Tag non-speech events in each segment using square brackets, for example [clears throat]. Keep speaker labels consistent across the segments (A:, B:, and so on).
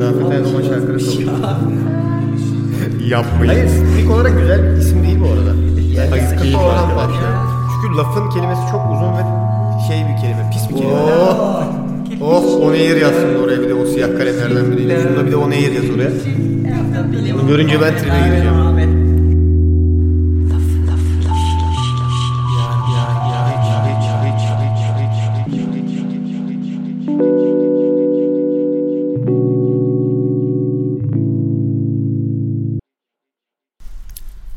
A: Rafet Erdoğan şarkını sokuyor.
B: Yapmayın.
A: Hayır simfonik olarak güzel bir isim değil bu arada. Yani
B: Hayır, değil
A: sıkıntı olan var.
B: arkadaşlar.
A: Çünkü lafın kelimesi çok uzun ve şey bir kelime. Pis bir kelime. Oh, oh on air yazsın oraya bir de o siyah kalemlerden biriyle. Şunda bir de on air yaz oraya. Bunu görünce ben tribe gireceğim.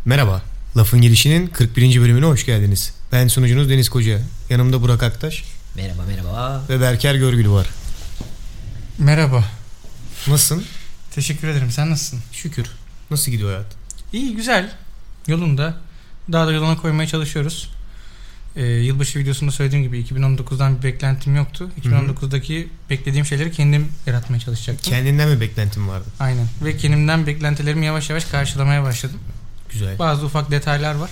A: Merhaba. Lafın Gelişi'nin 41. bölümüne hoş geldiniz. Ben sunucunuz Deniz Koca. Yanımda Burak Aktaş
C: Merhaba merhaba.
A: ve Berker Görgülü var.
D: Merhaba.
A: Nasılsın?
D: Teşekkür ederim. Sen nasılsın?
A: Şükür. Nasıl gidiyor hayat?
D: İyi, güzel. Yolunda. Daha da yoluna koymaya çalışıyoruz. Ee, yılbaşı videosunda söylediğim gibi 2019'dan bir beklentim yoktu. 2019'daki beklediğim şeyleri kendim yaratmaya çalışacaktım.
A: Kendinden mi beklentin vardı?
D: Aynen. Ve kendimden beklentilerimi yavaş yavaş karşılamaya başladım. [laughs]
A: Güzel.
D: Bazı ufak detaylar var.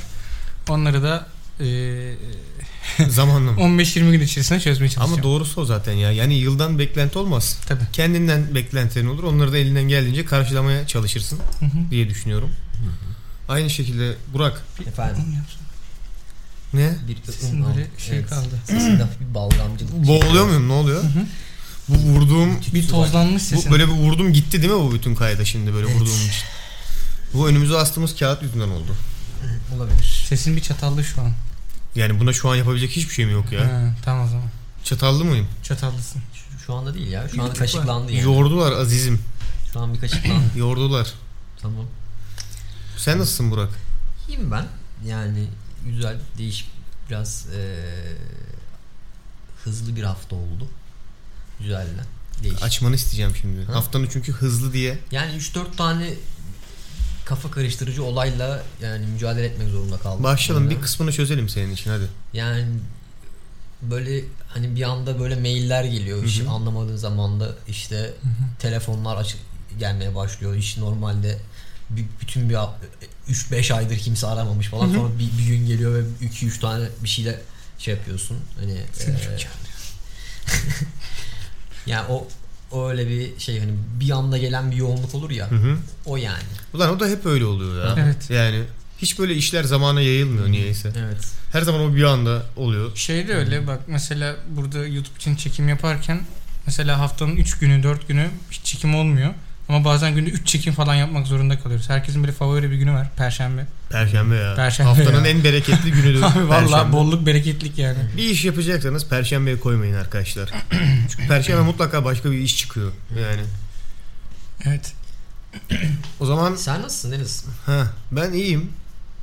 D: Onları da ee,
A: Zamanla mı?
D: 15-20 gün içerisinde çözmeye çalışacağım.
A: Ama doğrusu o zaten ya. Yani yıldan beklenti olmaz.
D: Tabii.
A: Kendinden beklentilerin olur. Onları da elinden geldiğince karşılamaya çalışırsın
D: Hı hı.
A: diye düşünüyorum. Aynı şekilde Burak
C: Efendim
A: ne?
C: bir
D: Sesin
C: um,
D: böyle şey kaldı.
C: Sesinde hafif bir
A: [clears throat]
C: balgamcılık.
A: Boğuluyor muyum? Ne oluyor? Bu vurduğum
D: Bir tozlanmış sesin.
A: bu böyle bir vurdum gitti değil mi bu bütün kayda şimdi böyle vurduğum için? Bu önümüze astığımız kağıt yüzünden oldu.
C: olabilir.
D: Sesin bir çatallı şu an.
A: Yani buna şu an yapabilecek hiçbir şeyim yok ya.
D: Ha, tamam o zaman.
A: Çatallı mıyım?
D: Çatallısın.
C: Şu, şu anda değil ya. Şu anda kaşıklandı yani.
A: Yordular azizim.
C: Şu an bir kaşıklandı. [clears throat]
A: Yordular.
C: tamam.
A: Sen nasılsın Burak?
C: İyiyim ben. Yani güzel değişik biraz eee, hızlı bir hafta oldu. Güzelden. Değişik.
A: Açmanı isteyeceğim şimdi.
C: Ha.
A: Haftanı çünkü hızlı diye.
C: Yani 3-4 tane kafa karıştırıcı olayla yani mücadele etmek zorunda kaldım.
A: Başlayalım
C: Yani-
A: bir kısmını çözelim senin için hadi.
C: Yani böyle hani bir anda böyle mailler geliyor. Hiç anlamadığın zaman da işte telefonlar açık gelmeye başlıyor. İş normalde bir- bütün bir 3-5 aydır kimse aramamış falan. Sonra bir, bir gün geliyor ve 2-3 tane bir şeyle şey yapıyorsun. Hani
D: Ee,
C: eee, yani o, o öyle bir şey hani bir anda gelen bir yoğunluk olur ya.
A: hı.
C: O yani.
A: Ulan o da hep öyle oluyor ya.
D: Evet.
A: Yani hiç böyle işler zamana yayılmıyor niyeyse.
C: Evet.
A: Her zaman o bir anda oluyor.
D: Şey de öyle bak mesela burada YouTube için çekim yaparken mesela haftanın 3 günü 4 günü hiç çekim olmuyor. Ama bazen günde 3 çekim falan yapmak zorunda kalıyoruz. Herkesin böyle favori bir günü var. Perşembe.
A: Perşembe ya.
D: Perşembe
A: Haftanın
D: ya.
A: en bereketli günüdür.
D: [laughs] Abi
A: Perşembe.
D: valla bolluk bereketlik yani.
A: Bir iş yapacaksanız perşembeye koymayın arkadaşlar. Çünkü perşembe mutlaka başka bir iş çıkıyor. Yani.
D: Evet.
A: O zaman
C: Sen nasılsın Deniz?
A: ha ben iyiyim.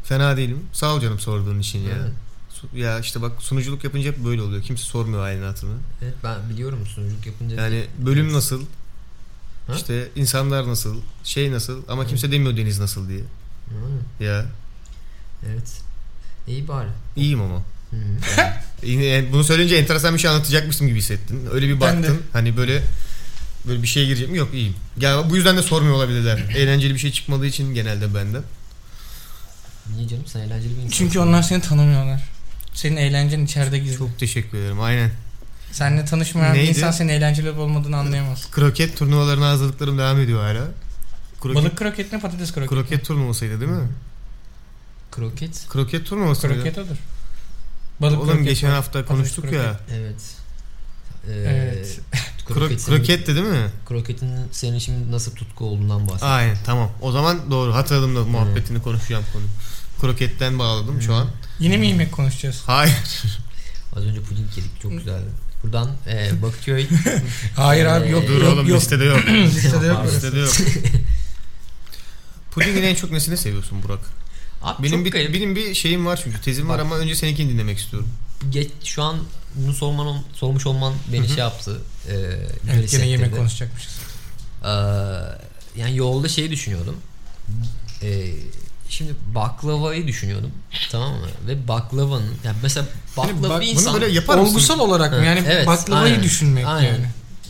A: Fena değilim. Sağ ol canım sorduğun için ya.
C: Evet.
A: Su- Ya işte bak sunuculuk yapınca hep böyle oluyor. Kimse sormuyor ailenatını.
C: Evet ben biliyorum sunuculuk yapınca.
A: Yani bölüm
C: Evet.
A: nasıl?
C: Ha?
A: İşte insanlar nasıl? Şey nasıl? Ama kimse demiyor deniz nasıl diye.
C: Hı,
A: Ya
C: Evet. İyi bari.
A: iyiyim ama. E,
C: Hı.
A: Yine yani bunu söyleyince enteresan bir şey anlatacakmışım gibi hissettin. Öyle bir
D: Ben de.
A: baktın. Hani böyle böyle bir şeye girecek mi? Yok iyiyim. Ya bu yüzden de sormuyor
C: [laughs]
A: olabilirler. Eğlenceli bir şey çıkmadığı için genelde bende.
C: Niye canım sen eğlenceli bir insansın.
D: Çünkü onlar seni tanımıyorlar. Senin eğlencen içeride gizli.
A: Çok teşekkür ederim. Aynen.
D: Seninle tanışmayan
A: Neydi?
D: bir insan senin eğlenceli olup olmadığını anlayamaz.
A: Kroket turnuvalarına hazırlıklarım devam ediyor hala. Kroket,
D: Balık kroket ne patates kroket.
A: kroket turnuvasıydı değil mi?
C: Kroket.
A: Kroket turnuvası mıydı?
D: Kroket odur. Balık
A: Oğlum
D: kroket.
A: geçen hafta konuştuk
D: kroket.
A: ya.
C: Evet. Ee,
D: Evet.
A: Kro-
C: kroketin-
A: kroketti değil mi?
C: Kroketin senin şimdi nasıl tutku olduğundan bahset.
A: Aynen tamam. O zaman doğru hatırladım da muhabbetini konuşacağım konu. Kroketten bağladım şu an.
D: Yine mi yemek konuşacağız?
A: Hayır.
C: Az önce puding yedik çok güzeldi. Buradan
A: [laughs]
C: e, Bakıköy.
D: Hayır abi yok
A: Dur
D: yok
A: oğlum
D: yok.
A: listede yok.
D: Listede yok. orası.
A: listede yok. Puding'in en çok nesini seviyorsun Burak?
C: Abi
A: Benim
C: çok
A: bir,
C: garip.
A: benim bir şeyim var çünkü tezim var
C: Bak.
A: ama önce seninkini dinlemek istiyorum.
C: Geç, şu an bunu sorman, sormuş olman beni şey yaptı. E, güzel
D: Evet
C: hissettirdi.
D: gene yemek konuşacakmışız.
C: Ee, yani yolda şeyi düşünüyordum. Ee, şimdi baklavayı düşünüyordum. Tamam mı? Ve baklavanın yani mesela
A: Yani
C: baklava
A: Hani bak-
C: bir
A: bunu
C: insan
A: böyle yapar mısın?
D: Olgusal olarak mı?
C: Evet,
D: Yani
C: evet,
D: baklavayı
C: aynen,
D: düşünmek
C: aynen.
D: yani.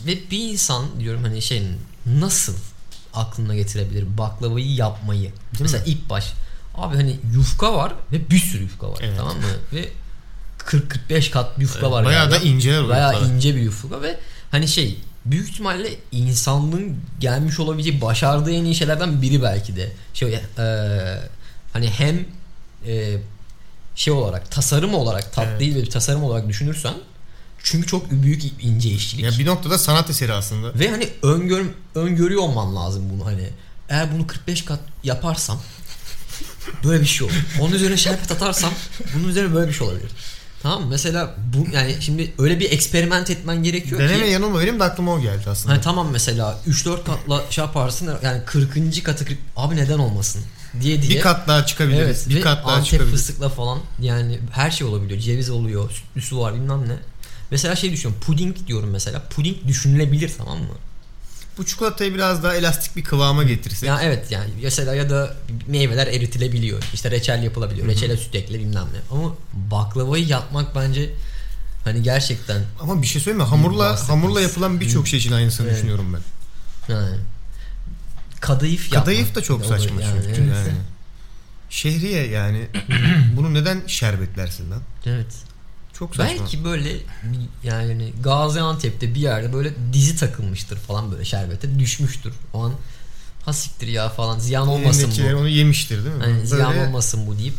C: ve bir insan diyorum hani şey nasıl aklına getirebilir baklavayı yapmayı? mesela ilk baş abi hani yufka var ve bir sürü yufka var
A: Evet.
C: tamam mı? Ve 40 45 kat yufka var
A: Bayağı
C: galiba.
A: da inceler o
C: Bayağı
A: yufkalar.
C: ince bir yufka ve hani şey büyük ihtimalle insanlığın gelmiş olabileceği başardığı en iyi şeylerden biri belki de. Şey e, hani hem e, şey olarak tasarım olarak tat
A: Evet.
C: değil de bir tasarım olarak düşünürsen çünkü çok büyük ince işçilik.
A: Ya bir noktada sanat eseri aslında.
C: Ve hani öngör, öngörüyor olman lazım bunu hani. Eğer bunu 45 kat yaparsam [laughs] böyle bir şey olur. Onun üzerine şerbet atarsam bunun üzerine böyle bir şey olabilir. Tamam mı? Mesela bu yani şimdi öyle bir eksperiment etmen gerekiyor
A: Deneme
C: ki.
A: yanılma benim de aklıma o geldi aslında.
C: Hani tamam mesela 3-4 katla şey yaparsın yani 40. katı kırk- abi neden olmasın diye diye.
A: bir kat daha çıkabiliriz.
C: Evet,
A: bir
C: ve
A: kat daha
C: Antep
A: çıkabiliriz.
C: fıstıkla falan yani her şey olabiliyor. Ceviz oluyor, sütlüsü var bilmem ne. Mesela şey düşünüyorum, puding diyorum mesela. Puding düşünülebilir tamam mı?
A: Bu çikolatayı biraz daha elastik bir kıvama getirsek.
C: Ya evet yani mesela ya da meyveler eritilebiliyor. İşte reçel yapılabiliyor. Reçele süt ekle bilmem ne. Ama baklavayı yapmak bence hani gerçekten
A: Ama bir şey söyleyeyim mi? Hamurla
C: Bahsetmiş.
A: hamurla yapılan birçok şey için aynısını
C: Evet.
A: düşünüyorum ben.
C: yani kadayıf yapmak.
A: Kadayıf da çok
C: olur
A: saçma
C: yani,
A: çünkü.
C: evet.
A: Yani. Şehriye
C: [clears throat]
A: yani bunu neden şerbetlersin lan?
C: Evet.
A: Çok saçma.
C: Belki böyle yani Gaziantep'te bir yerde böyle dizi takılmıştır falan böyle şerbete düşmüştür. O an ha siktir ya falan ziyan olmasın
A: Elindekiler
C: bu.
A: onu yemiştir değil mi?
C: Hani ziyan
A: böyle,
C: olmasın bu deyip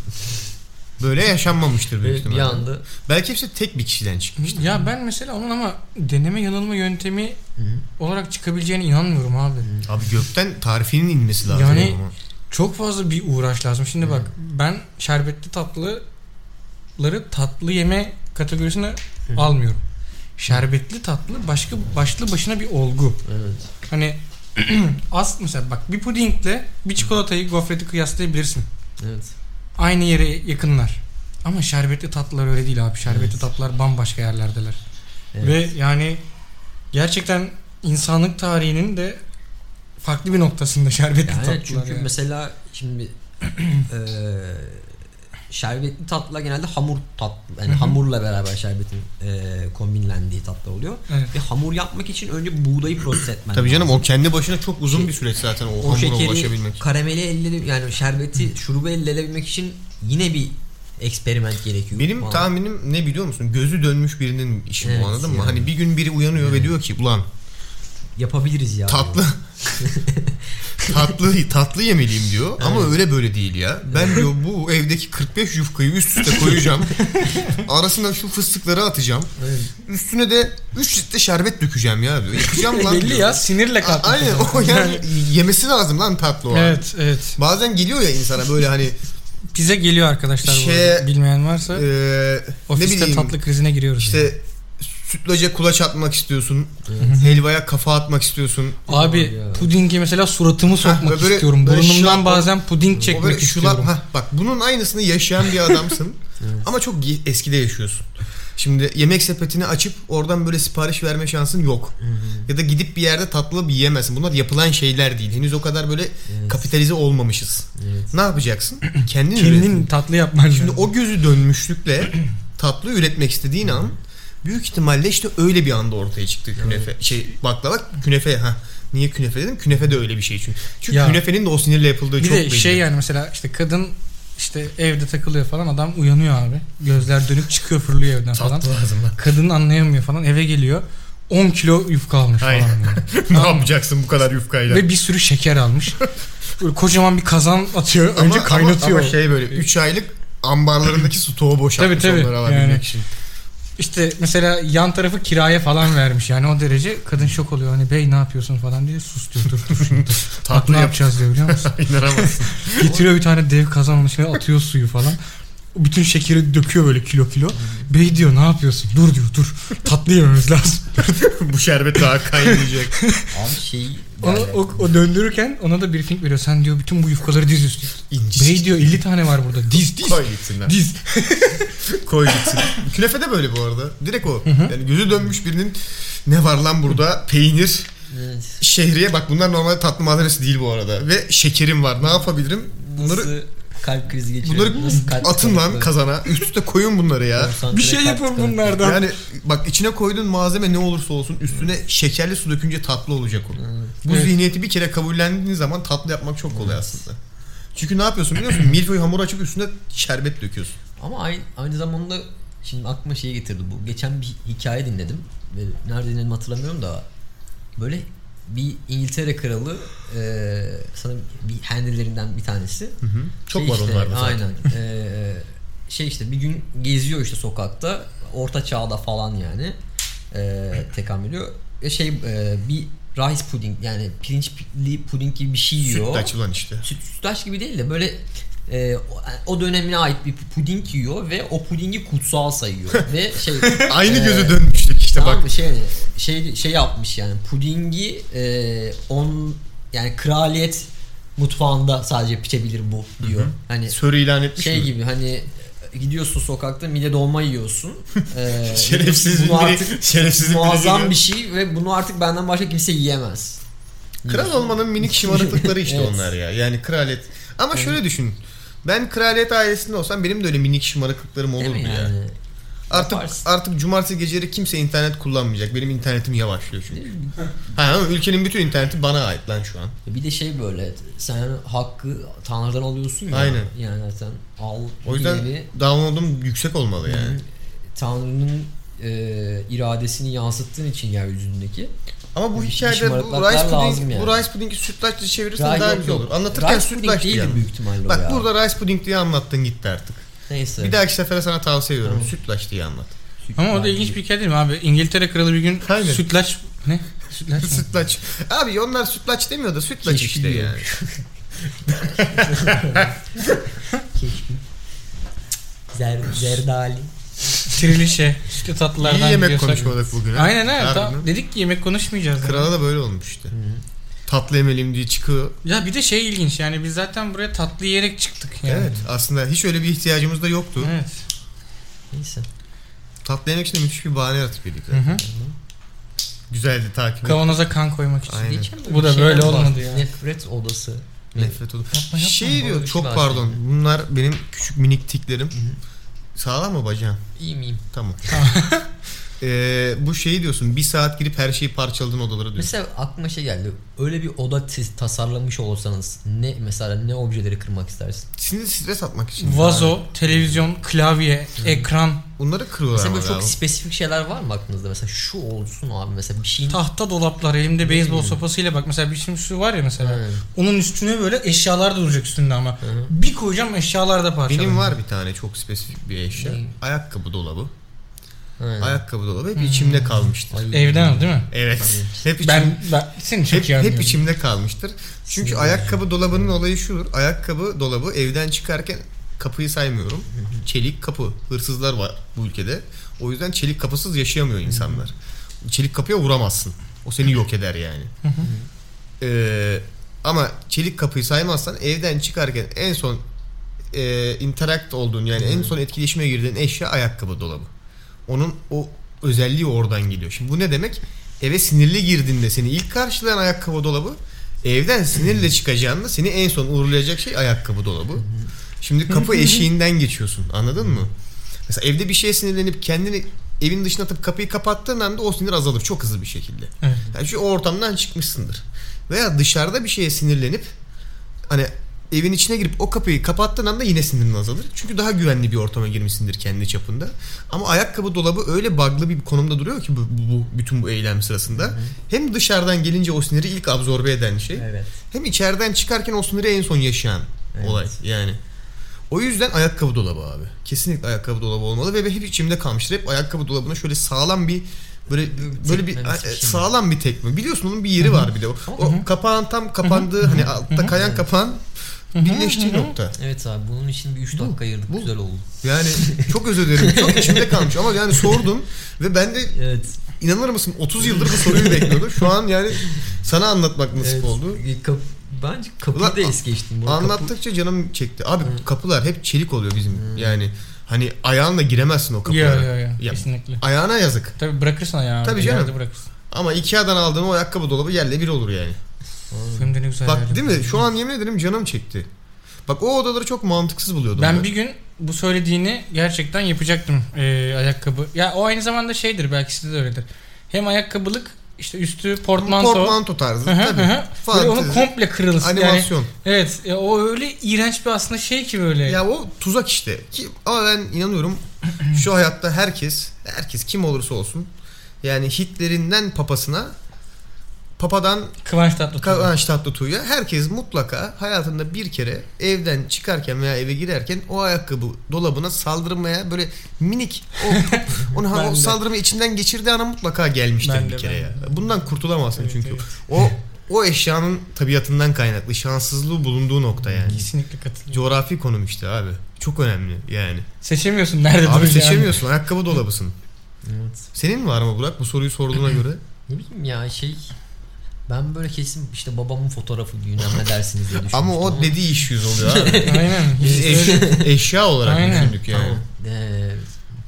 A: böyle yaşanmamıştır büyük
C: bir
A: ihtimalle.
C: anda
A: Belki hepsi tek bir kişiden çıkmış.
D: Ya ben mesela onun ama deneme yanılma yöntemi
C: Hı.
D: olarak çıkabileceğine inanmıyorum abi.
A: Abi gökten tarifinin inmesi lazım.
D: Yani-
A: ama.
D: Çok fazla bir uğraş lazım. Şimdi bak ben şerbetli tatlıları tatlı yeme kategorisine almıyorum. Şerbetli tatlı başka başlı başına bir olgu.
C: evet.
D: Hani [clears throat] az mesela bak bir pudingle bir çikolatayı gofreti kıyaslayabilirsin.
C: Evet.
D: Aynı yere yakınlar. Ama şerbetli tatlılar öyle değil abi. Şerbetli
C: Evet.
D: tatlılar bambaşka yerlerdeler.
C: Evet.
D: Ve yani gerçekten insanlık tarihinin de farklı bir noktasında şerbetli
C: Yani
D: tatlılar.
C: çünkü
D: yani.
C: mesela şimdi [clears throat] eee şerbetli tatlılar genelde hamur tatlı yani hamurla beraber şerbetin eee, kombinlendiği tatlı oluyor.
D: Evet.
C: Ve hamur yapmak için önce buğdayı proses etmen
A: Tabii canım
C: lazım.
A: o kendi başına çok uzun bir süreç zaten o,
C: Şey- o
A: hamura
C: şekeri
A: ulaşabilmek.
C: karameli elle yani şerbeti şurubu elle edebilmek için yine bir eksperiment gerekiyor.
A: Benim
C: falan.
A: tahminim ne biliyor musun? Gözü dönmüş birinin işi
C: Evet,
A: bu anladın mı?
C: yani.
A: Hani bir gün biri uyanıyor ve diyor ki ulan
C: yapabiliriz ya.
A: tatlı tatlı tatlı yemeliyim diyor ama öyle böyle değil ya. Ben diyor bu evdeki 45 yufkayı üst üste koyacağım. Arasına şu fıstıkları atacağım.
C: Evet.
A: Üstüne de 3 litre şerbet dökeceğim ya diyor. Yakacağım lan
D: Belli
A: diyor.
D: ya sinirle
A: A-
D: kalktı.
A: Aynen o yani yemesi lazım lan tatlı o.
D: Evet evet.
A: Bazen geliyor ya insana böyle hani
D: Bize geliyor arkadaşlar
A: Şey-
D: bu arada. Bilmeyen varsa
A: eee, ne
D: ofiste
A: bileyim
D: tatlı krizine giriyoruz. yani.
A: işte sütlaca kulaç atmak istiyorsun. Helvaya kafa atmak istiyorsun.
D: Abi
C: Ya.
D: pudinge mesela suratımı sokmak
A: böyle-
D: istiyorum.
A: böyle
D: Burnumdan
A: şap-
D: bazen puding
A: O
D: çekmek
A: böyle şular,
D: istiyorum.
A: ha, bak bunun aynısını yaşayan bir adamsın. Ama çok ge- eskide yaşıyorsun. Şimdi yemek sepetini açıp oradan böyle sipariş verme şansın yok. Ya da gidip bir yerde tatlı bir yiyemezsin. Bunlar yapılan şeyler değil. Henüz o kadar böyle kapitalize olmamışız.
C: Evet.
A: Ne yapacaksın? Kendin, üret.
D: Kendin tatlı yapman
A: Şimdi
D: lazım.
A: o gözü dönmüşlükle [clears throat] tatlı üretmek istediğin an büyük ihtimalle işte öyle bir anda ortaya çıktı künefe. Şey baklava künefe ha. Niye künefe dedim? Künefe de öyle bir şey çünkü. Çünkü
D: Ya.
A: künefenin de o sinirle yapıldığı
D: Bir
A: çok
D: de
A: belli.
D: şey yani mesela işte kadın işte evde takılıyor falan adam uyanıyor abi. Gözler dönüp çıkıyor fırlıyor evden falan.
A: Tatlı lazım lan.
D: Kadın anlayamıyor falan eve geliyor. 10 kilo yufka almış
A: Aynen.
D: falan.
A: [laughs]
D: yani.
A: [laughs] ne yapacaksın bu kadar yufkayla?
D: Ve bir sürü şeker almış. Böyle kocaman bir kazan atıyor.
A: Ama-
D: önce
A: ama-
D: kaynatıyor.
A: Ama, şey böyle 3 aylık ambarlarındaki stoğu boşaltmış
D: Tabii, tabii.
A: onları alabilmek
D: Yani.
A: için. [laughs]
D: İşte mesela yan tarafı kiraya falan vermiş. Yani o derece kadın şok oluyor. Hani bey ne yapıyorsun falan diye sus diyor. Dur dur şimdi. dur.
A: [laughs]
D: Bak
A: Tatlı
D: ne
A: yap-
D: yapacağız diyor biliyor musun?
A: İnanamazsın.
D: Getiriyor bir tane dev kazan onun içine atıyor suyu falan. O Bütün şekeri döküyor böyle kilo kilo. Bey diyor ne yapıyorsun? Dur diyor dur. Tatlı yememiz lazım.
A: bu şerbet daha [laughs] kaynayacak.
C: Abi şey
D: Ona,
C: yani-
D: o, o döndürürken ona da briefing veriyor. Sen diyor bütün bu yufkaları diz üstü.
A: İnci.
D: Bey diyor 50 tane var burada. Diz diz.
A: Koy gitsin lan.
D: Diz.
A: Koy gitsin. [laughs] Künefe de böyle bu arada. Direkt o. Yani gözü dönmüş birinin ne var lan burada? Peynir,
C: Evet.
A: şehriye bak bunlar normalde tatlı malzemesi değil bu arada. Ve şekerim var. Ne yapabilirim? Bunları
C: Nasıl kalp krizi geçiriyor?
A: bunları
C: Nasıl kalp
A: atın lan
C: krizi-
A: kazana. Üst üste koyun bunları ya.
C: Konsantre
D: Bir şey
C: kalp
D: yapın
C: tıkanıklığı.
D: bunlardan.
A: Yani bak içine koyduğun malzeme ne olursa olsun üstüne şekerli su dökünce tatlı olacak o. Bu
D: Evet.
A: zihniyeti bir kere kabullendiğin zaman tatlı yapmak çok kolay aslında. Çünkü ne yapıyorsun biliyor musun? Milföy hamur açıp üstüne şerbet döküyorsun.
C: Ama aynı, aynı zamanda Şimdi aklıma şey getirdi bu. Geçen bir hikaye dinledim. Ve nerede dinledim hatırlamıyorum da. Böyle bir İngiltere kralı e, sanırım bir Henry'lerinden bir tanesi.
A: Çok
C: Şey
A: var
C: işte,
A: onlarda zaten.
C: Aynen. Ee, şey işte bir gün geziyor işte sokakta. Orta çağda falan yani. Ee, tekamül ediyor. E şey e, bir rice pudding yani pirinçli puding gibi bir şey yiyor.
A: Sütlaç ulan
D: [laughs]
A: işte.
C: Süt, sütlaç gibi değil de böyle e, o- o dönemine ait bir puding yiyor ve o pudingi
A: [laughs]
C: kutsal sayıyor. ve şey
A: Aynı
D: Ee,
C: e,
A: göze dönmüştük işte
C: tamam
A: bak.
C: mı? şey şey şey yapmış yani pudingi e, on yani kraliyet mutfağında sadece pişebilir bu diyor. Hani
A: Sörü E, ilan etmiş
C: şey
A: mi? [laughs]
C: gibi hani gidiyorsun sokakta mide dolma yiyorsun. E,
A: [laughs] Şerefsiz
C: bu
A: biri,
C: artık
A: şerefsiz biri
C: muazzam
A: geliyor.
C: bir şey ve bunu artık benden başka kimse yiyemez.
A: Kral olmanın
C: [laughs]
A: minik şımarıklıkları işte
C: şey. Evet.
A: onlar ya. Yani kraliyet. Ama şöyle düşün. Ben kraliyet ailesinde olsem benim de öyle minik şımarıklıklarım
C: Değil
A: olurdu
C: mi
A: ya.
C: yani?
A: Artık
C: Yaparsın.
A: artık cumartesi geceleri kimse internet kullanmayacak. Benim internetim yavaşlıyor çünkü. [laughs] ha ama ülkenin bütün interneti bana ait lan şu an.
C: Bir de şey böyle sen hakkı tanrıdan alıyorsun ya.
A: Aynen.
C: Yani sen al
A: O yüzden
C: diğeri- e,
A: download'um yüksek olmalı yani.
C: Tanrı'nın e, iradesini yansıttığın için yeryüzündeki.
A: Ama bu
C: Bir
A: hikayede bu
C: şımarıklıklar
A: rice
C: lazım
A: pudding,
C: yani.
A: bu rice pudding'i sütlaçla çevirirsen daha iyi olur. Anlatırken
C: Rice pudding
A: sütlaç diye.
C: değildi
A: anlat.
C: büyük ihtimalle o
A: Bak
C: ya.
A: burada rice pudding diye anlattın gitti artık.
C: Neyse.
A: Bir dahaki sefere sana tavsiye ediyorum. Sütlaç diye anlat. [laughs]
D: Ama o da ilginç bir hikaye değil mi abi? İngiltere kralı bir gün
A: Aynen.
D: sütlaç... Ne? Sütlaç mı?
A: sütlaç. Abi onlar sütlaç demiyor da sütlaç
C: Keşke
A: işte yani.
C: diyormuş. Zer, zerdali.
D: Trilişe. şey, Sütlü tatlılardan
A: İyi yemek
D: gidiyorsak-
A: konuşmadık bugün. ha?
D: Aynen evet.
A: Harbi
D: ta-
A: mi?
D: dedik ki yemek konuşmayacağız. yani.
A: Krala da böyle olmuş işte. Tatlı yemeliyim diye çıkıyor.
D: Ya bir de şey ilginç yani biz zaten buraya tatlı yiyerek çıktık yani.
A: Evet aslında hiç öyle bir ihtiyacımız da yoktu.
D: Evet.
C: Neyse.
A: Tatlı yemek için de müthiş bir bahane yaratıp yedik.
D: Hı hı.
A: Güzeldi takip et.
D: Kavanoza kan koymak için.
A: Aynen.
C: Geçen de
D: Bu da
C: bir şeyler
D: böyle
C: var.
D: olmadı ya.
C: Nefret odası.
A: Nefret olur.
D: Yapma, yapma.
A: Şey
C: Böyle
A: diyor
C: bir
A: çok
C: şey
A: pardon.
C: bahsediyor.
A: Bunlar benim küçük minik tiklerim. Sağlam mı bacağın?
C: İyi miyim?
A: Tamam. [laughs] Ee, bu şeyi diyorsun bir saat girip her şeyi parçaladın odalara diyorsun.
C: Mesela aklıma şey geldi. Öyle bir oda t- tasarlamış olsanız ne mesela ne objeleri kırmak istersin?
A: Sinir stres atmak için.
D: Vazo, televizyon, klavye, ekran,
A: Bunları kırıyorlar
C: Mesela
A: ama
C: böyle çok
A: galiba.
C: spesifik şeyler var mı aklınızda? Mesela şu olsun abi mesela bir şey şeyin
D: tahta dolaplar, elimde beyzbol sopasıyla bak mesela bir şimdi şu var ya mesela.
C: Aynen.
D: Onun üstüne böyle eşyalar da duracak üstünde ama. Bir koyacağım eşyalar da parçalanacak.
C: şey.
A: Benim var bir tane çok spesifik bir eşya.
C: Ne?
A: Ayakkabı dolabı.
C: Aynen.
A: Ayakkabı dolabı hep içimde kalmıştır.
C: Hmm. Ay,
D: Evden o değil mi?
A: Evet. [laughs] Hep içim,
D: Ben, ben seni çok
A: hep,
D: iyi anlıyorum.
A: hep içimde kalmıştır. Çünkü ayakkabı dolabının olayı şudur. Ayakkabı dolabı evden çıkarken kapıyı
C: [laughs]
A: saymıyorum. Çelik kapı. Hırsızlar var bu ülkede. O yüzden çelik kapısız yaşayamıyor insanlar. Çelik kapıya vuramazsın. O seni yok eder yani. Ee, ama çelik kapıyı saymazsan evden çıkarken en son e, interact olduğun yani en son etkileşime girdiğin eşya ayakkabı dolabı. Onun o özelliği oradan geliyor. Şimdi bu ne demek? Eve sinirli girdiğinde seni ilk karşılayan ayakkabı dolabı evden sinirle çıkacağında seni en son uğurlayacak şey ayakkabı dolabı. Şimdi kapı eşiğinden geçiyorsun anladın mı? Mesela evde bir şeye sinirlenip kendini evin dışına atıp kapıyı kapattığın anda o sinir azalır çok hızlı bir şekilde.
D: Evet.
A: Yani şu ortamdan çıkmışsındır. Veya dışarıda bir şeye sinirlenip hani evin içine girip o kapıyı kapattığın anda yine sinirin azalır. Çünkü daha güvenli bir ortama girmişsindir kendi çapında. Ama ayakkabı dolabı öyle bug'lı bir konumda duruyor ki bu, bu- bütün bu eylem sırasında. Hem dışarıdan gelince o siniri ilk absorbe eden şey.
C: Evet.
A: Hem içeriden çıkarken o siniri en son yaşayan
C: Evet.
A: olay yani. O yüzden ayakkabı dolabı abi. Kesinlikle ayakkabı dolabı olmalı ve hep içimde kalmıştır. Hep ayakkabı dolabına şöyle sağlam bir böyle
C: Bir
A: böyle bir e,
C: tekme, bir şey mi?
A: sağlam bir tekme. Biliyorsun onun bir yeri var bir de. O, o kapağın tam kapandığı hani altta kayan kapağın birleştiği nokta.
C: Evet abi bunun için bir 3 dakika ayırdık
A: bu-
C: güzel oldu.
A: Yani çok özür dilerim. Çok içimde kalmış ama yani sordum ve ben de
C: Evet.
A: inanır mısın 30 yıldır bu soruyu bekliyordum. Şu an yani sana anlatmak nasip
C: evet.
A: oldu.
C: E, Kap bence kapıyı
A: Ulan,
C: da es geçtim. Bu kapı-
A: Anlattıkça canım çekti. Abi kapılar hep çelik oluyor bizim.
D: Hmm.
A: Yani hani ayağınla giremezsin o kapılara.
D: Yo, yo, yo.
A: Ya,
D: Kesinlikle.
A: Ayağına yazık.
D: Tabii bırakırsın ayağını.
A: Tabii
D: yerde
A: canım.
D: Bırakırsın.
A: Ama Ikea'dan aldığın o ayakkabı dolabı yerle bir olur yani.
D: Benim de ne güzel
A: Bak
D: yerlerim.
A: değil mi? Şu an yemin ederim canım çekti. Bak o odaları çok mantıksız buluyordum.
D: Ben bir gün bu söylediğini gerçekten e, yapacaktım Ee, ayakkabı. Ya o aynı zamanda şeydir belki sizde de öyledir. Hem ayakkabılık işte üstü
A: Portmanto,
D: portmanto.
A: tarzı
D: Hı hı,
A: tabii.
D: hı hı. Böyle
A: Fantezi,
D: onun komple kırılsın.
A: animasyon.
D: Yani, evet. e, o öyle iğrenç bir aslında şey ki böyle.
A: Ya o tuzak işte. Ki, ama ben inanıyorum [clears throat] şu hayatta herkes, herkes kim olursa olsun yani Hitler'inden papasına papadan
D: Kıvanç Tatlıtuğ.
A: Kıvanç Tatlıtuğ'ya herkes mutlaka hayatında bir kere evden çıkarken veya eve girerken o ayakkabı dolabına saldırmaya böyle minik
D: [laughs]
A: o, onu
D: Ben
A: o
D: de.
A: saldırma içinden geçirdiği ana mutlaka gelmiştir
D: Ben
A: bir
D: de,
A: kere
D: ben
A: ya. Bundan kurtulamazsın
D: Evet,
A: çünkü.
D: evet.
A: O o eşyanın tabiatından kaynaklı şanssızlığı bulunduğu nokta yani.
D: Kesinlikle katılıyorum.
A: Coğrafi konum işte abi. Çok önemli
D: [laughs]
A: yani.
D: Seçemiyorsun nerede
A: Abi
D: duracağını.
A: seçemiyorsun. Ayakkabı dolabısın.
C: Evet.
A: Senin var mı Burak bu soruyu
D: [laughs]
A: sorduğuna göre?
C: Ne bileyim ya şey ben böyle kesin işte babamın fotoğrafı bilmem
A: [laughs]
C: ne dersiniz diye düşünmüştüm.
A: Ama o dediği iş yüz oluyor
D: [laughs]
A: abi.
D: [laughs] Aynen.
A: [laughs] Biz eş- eşya olarak
D: Aynen.
A: düşündük yani.
C: Tamam. Ee,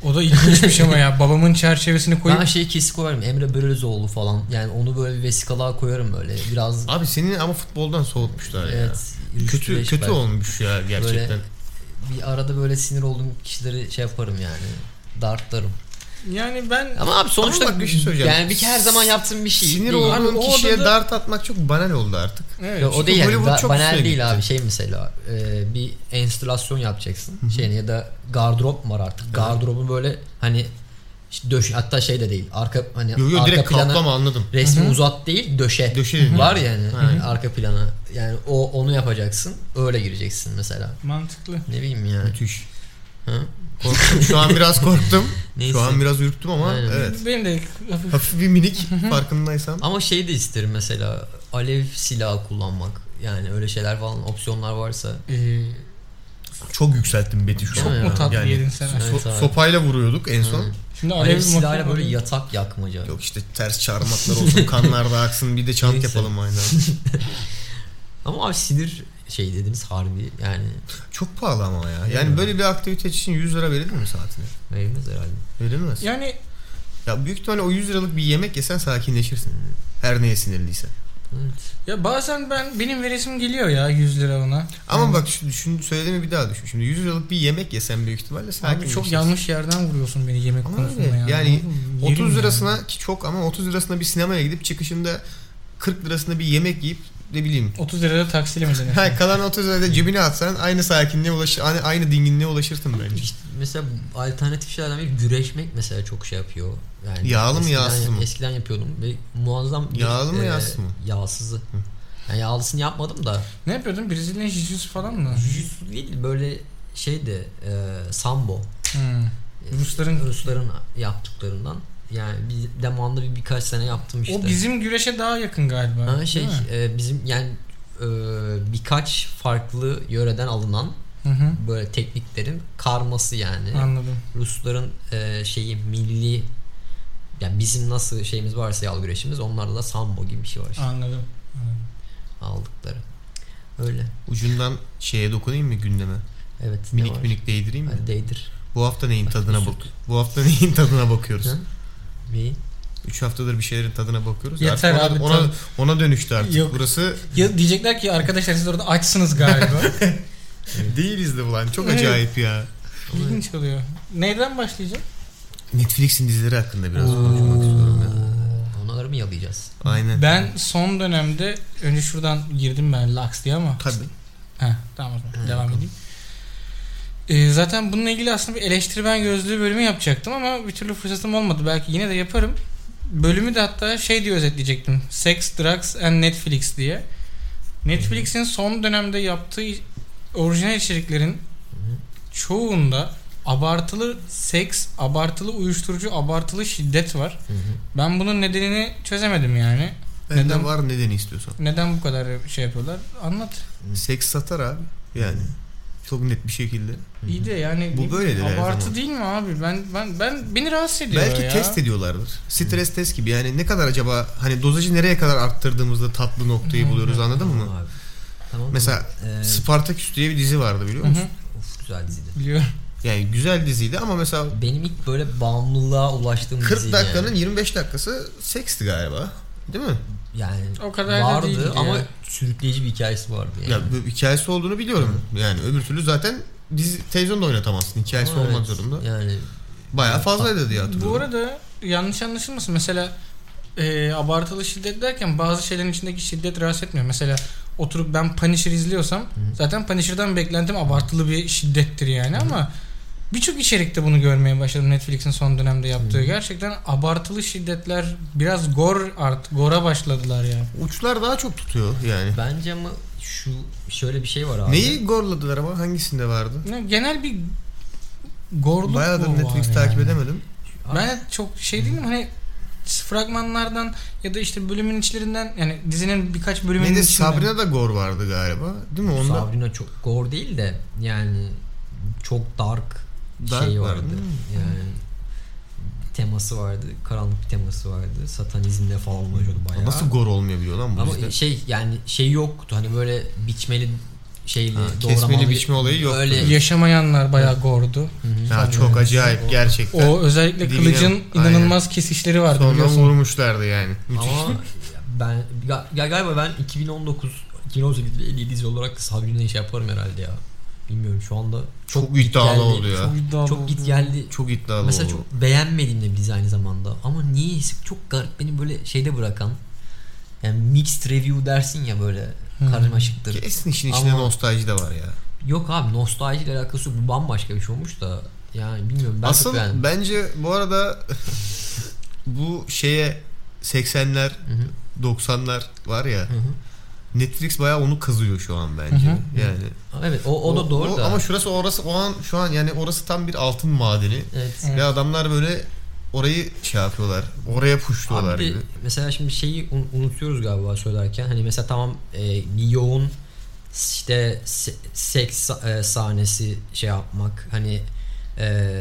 D: O da ilginçmiş ama ya. Babamın çerçevesini koyup
C: ben şeyi kesin koyarım Emre Börözoğlu falan. Yani onu böyle bir vesikalığa koyarım böyle. Biraz
A: Abi seni ama futboldan soğutmuşlar ya.
C: evet.
A: Kötü
C: rüştüleş
A: kötü
C: belki.
A: olmuş ya gerçekten.
C: Böyle bir arada böyle sinir olduğum kişileri şey yaparım yani. Dartlarım.
D: yani ben
C: Ama abi sonuçta
A: bak bir şey söyleyeceğim.
C: yani bir kere her zaman yaptığım bir şey.
A: Sinir
C: değil.
D: oldu. Abi
A: olduğun
D: o
A: kişiye
D: odada-
A: dart atmak çok banal oldu artık.
D: evet.
C: Ya o değil yani.
A: şey Hollywood
C: Ba-
A: çok
C: banal
A: üstüne
C: değil
A: gitti.
C: abi. Şey mesela e, bir enstalasyonu yapacaksın. Şeyine ya da gardırop mu var artık? Gardırobu böyle hani işte döş hatta şey de değil. Arka hani
A: Yo yo
C: arka
A: direkt
C: plana
A: kaplama anladım.
C: resmi uzat değil döşe.
A: Döşe.
C: var yani
A: Hı hı.
C: arka plana. Yani o onu yapacaksın. Öyle gireceksin mesela.
D: mantıklı.
C: Ne bileyim yani.
A: Müthiş.
C: Hı?
A: Korktum. Şu an biraz korktum.
C: [laughs] Neyse.
A: Şu an biraz ürktüm ama
C: Aynen.
A: evet.
D: Benim de hafif
A: Hafif bir minik farkındaysan.
C: Ama şey de isterim mesela alev silahı kullanmak. Yani öyle şeyler falan opsiyonlar varsa.
D: Ee,
A: Çok yükselttim Beti şu
C: Çok
A: an.
C: mu
A: ya.
D: tatlı
A: Yani
D: yedin sen?
A: so-
C: Evet abi.
A: sopayla vuruyorduk en son.
C: Hı.
D: şimdi
C: Alev,
D: alev
C: silahıyla
D: motoru-
C: böyle yatak yakmaca.
A: Yok işte ters çarmaklar
C: [laughs]
A: olsun kanlar da aksın bir de çant
C: Neyse.
A: yapalım aynı anda.
C: Ama abi sinir şey dediğimiz harbi yani
A: Çok pahalı ama ya. Yani
C: Evet.
A: böyle bir aktivite için 100 lira verilir mi saatine?
C: verilmez herhalde.
A: Verilmez. Ya,
D: Yani
A: büyük ihtimalle o 100 liralık bir yemek yesen sakinleşirsin. Her neye sinirliysen.
C: Evet.
D: ya bazen ben benim veresim geliyor ya 100 lira ona.
A: Ama bak şu, düşün, söylediğimi bir daha düşün. Şimdi 100 liralık bir yemek yesen büyük ihtimalle
D: Abi
A: sakinleşirsin.
D: çok yanlış yerden vuruyorsun beni yemek
A: Ama
D: konusunda
A: öyle.
D: yani.
A: Yani
D: Oğlum, yerim
A: 30
D: ya.
A: lirasına ki çok ama 30 lirasına bir sinemaya gidip çıkışında 40 lirasına bir yemek yiyip ne
D: [laughs]
A: bileyim
D: 30 lirada taksiyle mi denir?
A: Ha, kalan 30 lirayı da cebine atsan aynı sakinliğe ulaşır, aynı, aynı dinginliğe ulaşırsın bence.
C: İşte mesela alternatif şeylerden biri güreşmek mesela çok şey yapıyor. Yani
A: Yağlı mı,
C: eskiden-
A: yağsız mı?
C: Eskiden yapıyordum ve muazzam bir, e,
A: Yağlı mı, yağsız mı?
C: Yağsızı. Yani yağlısını yapmadım da.
D: ne yapıyordun? Brezilya jiu-jitsu falan mı?
C: Jiu-jitsu değil böyle şey de e, sambo.
D: Hmm. Rusların-
C: Rusların yaptıklarından. Yani bir demanda bir birkaç sene yaptım işte.
D: O bizim güreşe daha yakın galiba.
C: Ha,
D: değil
C: şey
D: mi?
C: e, bizim yani e, birkaç farklı yöreden alınan
D: Hı hı.
C: böyle tekniklerin karması yani.
D: Anladım.
C: Rusların e, şeyi milli yani bizim nasıl şeyimiz varsa yal güreşimiz onlarda da sambo gibi bir şey var işte,
D: Anladım. Anladım.
C: aldıkları. Öyle.
A: Ucundan şeye dokunayım mı gündeme?
C: Evet. ne
A: Minik
C: var?
A: minik değdireyim mi?
C: Hadi değdir.
A: Bu hafta neyin tadına
C: Mesut.
A: bak. Bu hafta neyin tadına bakıyoruz?
C: Hı? Neyi?
A: 3 haftadır bir şeylerin tadına bakıyoruz.
D: Yeter
A: artık
D: abi,
A: ona, ona,
D: tabii.
A: ona dönüştü artık.
D: Yok.
A: Burası
D: [laughs] Ya diyecekler ki arkadaşlar siz orada
C: [laughs]
D: açsınız galiba. [laughs]
A: değiliz de ulan. Çok
D: Evet.
A: acayip ya.
D: İlginç oluyor. Neyden başlayacağım?
A: Netflix'in dizileri hakkında biraz konuşmak istiyorum ya.
C: Oo, Onları mı yalayacağız?
A: Aynen.
D: Ben son dönemde önce şuradan girdim ben Lux diye ama.
A: Tabii.
D: Heh, tamam o zaman devam edeyim. Ee, zaten bununla ilgili aslında bir eleştirmen gözlüğü bölümü yapacaktım ama bir türlü fırsatım olmadı. Belki yine de yaparım. Bölümü de hatta şey diye özetleyecektim. Sex, Drugs and Netflix diye. Netflix'in son dönemde yaptığı orijinal içeriklerin çoğunda abartılı seks, abartılı uyuşturucu, abartılı şiddet var. Ben bunun nedenini çözemedim yani.
A: Benden
D: Neden?
A: var nedeni istiyorsan.
D: Neden bu kadar şey yapıyorlar? Anlat.
A: Seks satar abi. Yani. Çok net bir şekilde.
D: İyi de yani
A: Bu
D: ne-
A: böyledir her
D: abartı
A: zaman.
D: değil mi abi? Ben ben ben beni rahatsız ediyor
A: Belki
D: ya.
A: test ediyorlardır. Stres test gibi. Yani ne kadar acaba hani dozajı nereye kadar arttırdığımızda tatlı noktayı buluyoruz anladın
C: Tamam
A: mı?
C: abi. Tamam.
A: Mesela
C: Ee,
A: Spartaküs diye bir dizi vardı biliyor
D: Hı
A: musun?
D: hı,
C: of, güzel diziydi.
D: biliyorum.
A: Yani güzel diziydi ama mesela
C: Benim ilk böyle bağımlılığa ulaştığım
A: 40
C: diziydi
A: dakikanın
C: yani.
A: 25 dakikası seksti galiba. Değil mi?
C: yani
D: O kadar da
C: vardı
D: değildi
C: ama
D: ya.
C: sürükleyici bir hikayesi vardı yani.
A: Ya bu hikayesi olduğunu biliyorum. Yani öbür türlü zaten dizi televizyonda oynatamazsın. Hikayesi
C: Ama
A: olmak
C: evet,
A: zorunda.
C: Yani
A: Bayağı fazlaydı diye hatırlıyorum.
D: Bu arada yanlış anlaşılmasın. Mesela e, abartılı şiddet derken bazı şeylerin içindeki şiddet rahatsız etmiyor. Mesela oturup ben Punisher izliyorsam zaten Punisher'dan beklentim abartılı bir şiddettir yani ama birçok içerikte bunu görmeye başladım Netflix'in son dönemde yaptığı. Gerçekten abartılı şiddetler biraz gor art gora başladılar ya.
A: Uçlar daha çok tutuyor yani.
C: Bence ama şu şöyle bir şey var abi.
A: Neyi gorladılar ama hangisinde vardı?
D: Ne- Genel bir gorluk
A: Bayağıdır
D: mu var
A: Netflix
D: yani?
A: takip edemedim.
D: Ben de çok şey değilim hani fragmanlardan ya da işte bölümün içlerinden yani dizinin birkaç bölümünün
A: Neydi
D: içinden.
A: Sabrina'da gor vardı galiba. Değil mi? Onda
C: Sabrina çok gore değil de yani çok dark,
A: Dark
C: şey
A: var,
C: vardı.
A: değil mi?
C: Yani teması vardı. Karanlık bir teması vardı. Satanizmle falan uğraşıyordu bayağı.
A: nasıl gor olmayabiliyor lan bu
C: Ama
A: işte?
C: şey yani şey yoktu. Hani böyle biçmeli şeyli
A: Ha,
C: doğramalı.
A: kesmeli biçme olayı yoktu.
C: Öyle
D: Ee, Yaşamayanlar bayağı gordu.
A: Ya çok acayip gerçekten.
D: O özellikle
A: Dibine-
D: kılıcın
A: Aynen.
D: inanılmaz kesişleri vardı
A: Sonra
D: biliyorsun.
A: vurmuşlardı yani. Müthiş.
C: Ama ben ga- ya galiba ben 2019 2018 ve 57 dizi olarak Sabrina'yı şey yaparım herhalde ya. Bilmiyorum şu anda
A: çok, iddialı
C: geldi.
A: oldu ya. Çok,
D: Çok iddialı
C: çok
D: oldu.
C: git geldi.
A: iddialı
C: Mesela
A: oldu.
C: çok beğenmediğim de bir dizi aynı zamanda. Ama niyeyse çok garip beni böyle şeyde bırakan. Yani mixed review dersin ya böyle
D: Hmm.
C: karmaşıktır.
A: Kesin işin içinde
C: Ama-
A: nostalji de var ya.
C: Yok abi nostaljiyle alakası yok. Bu bambaşka bir şey olmuş da. Yani bilmiyorum ben
A: Asıl
C: çok beğendim.
A: bence bu arada bu şeye 80'ler
C: Hı hı.
A: 90'lar var ya.
C: hı.
A: Netflix bayağı onu kazıyor şu an bence.
D: Hı
A: Yani
C: Ama Evet o, o, da doğru da.
A: Ama şurası orası o an şu an yani orası tam bir altın madeni.
C: evet.
D: Evet.
A: Ve adamlar böyle orayı şey yapıyorlar. Oraya puşluyorlar
C: Abi bir-
A: gibi.
C: mesela şimdi şeyi un- unutuyoruz galiba söylerken hani mesela tamam e, bir yoğun işte se- seks sa- e, sahnesi şey yapmak hani e,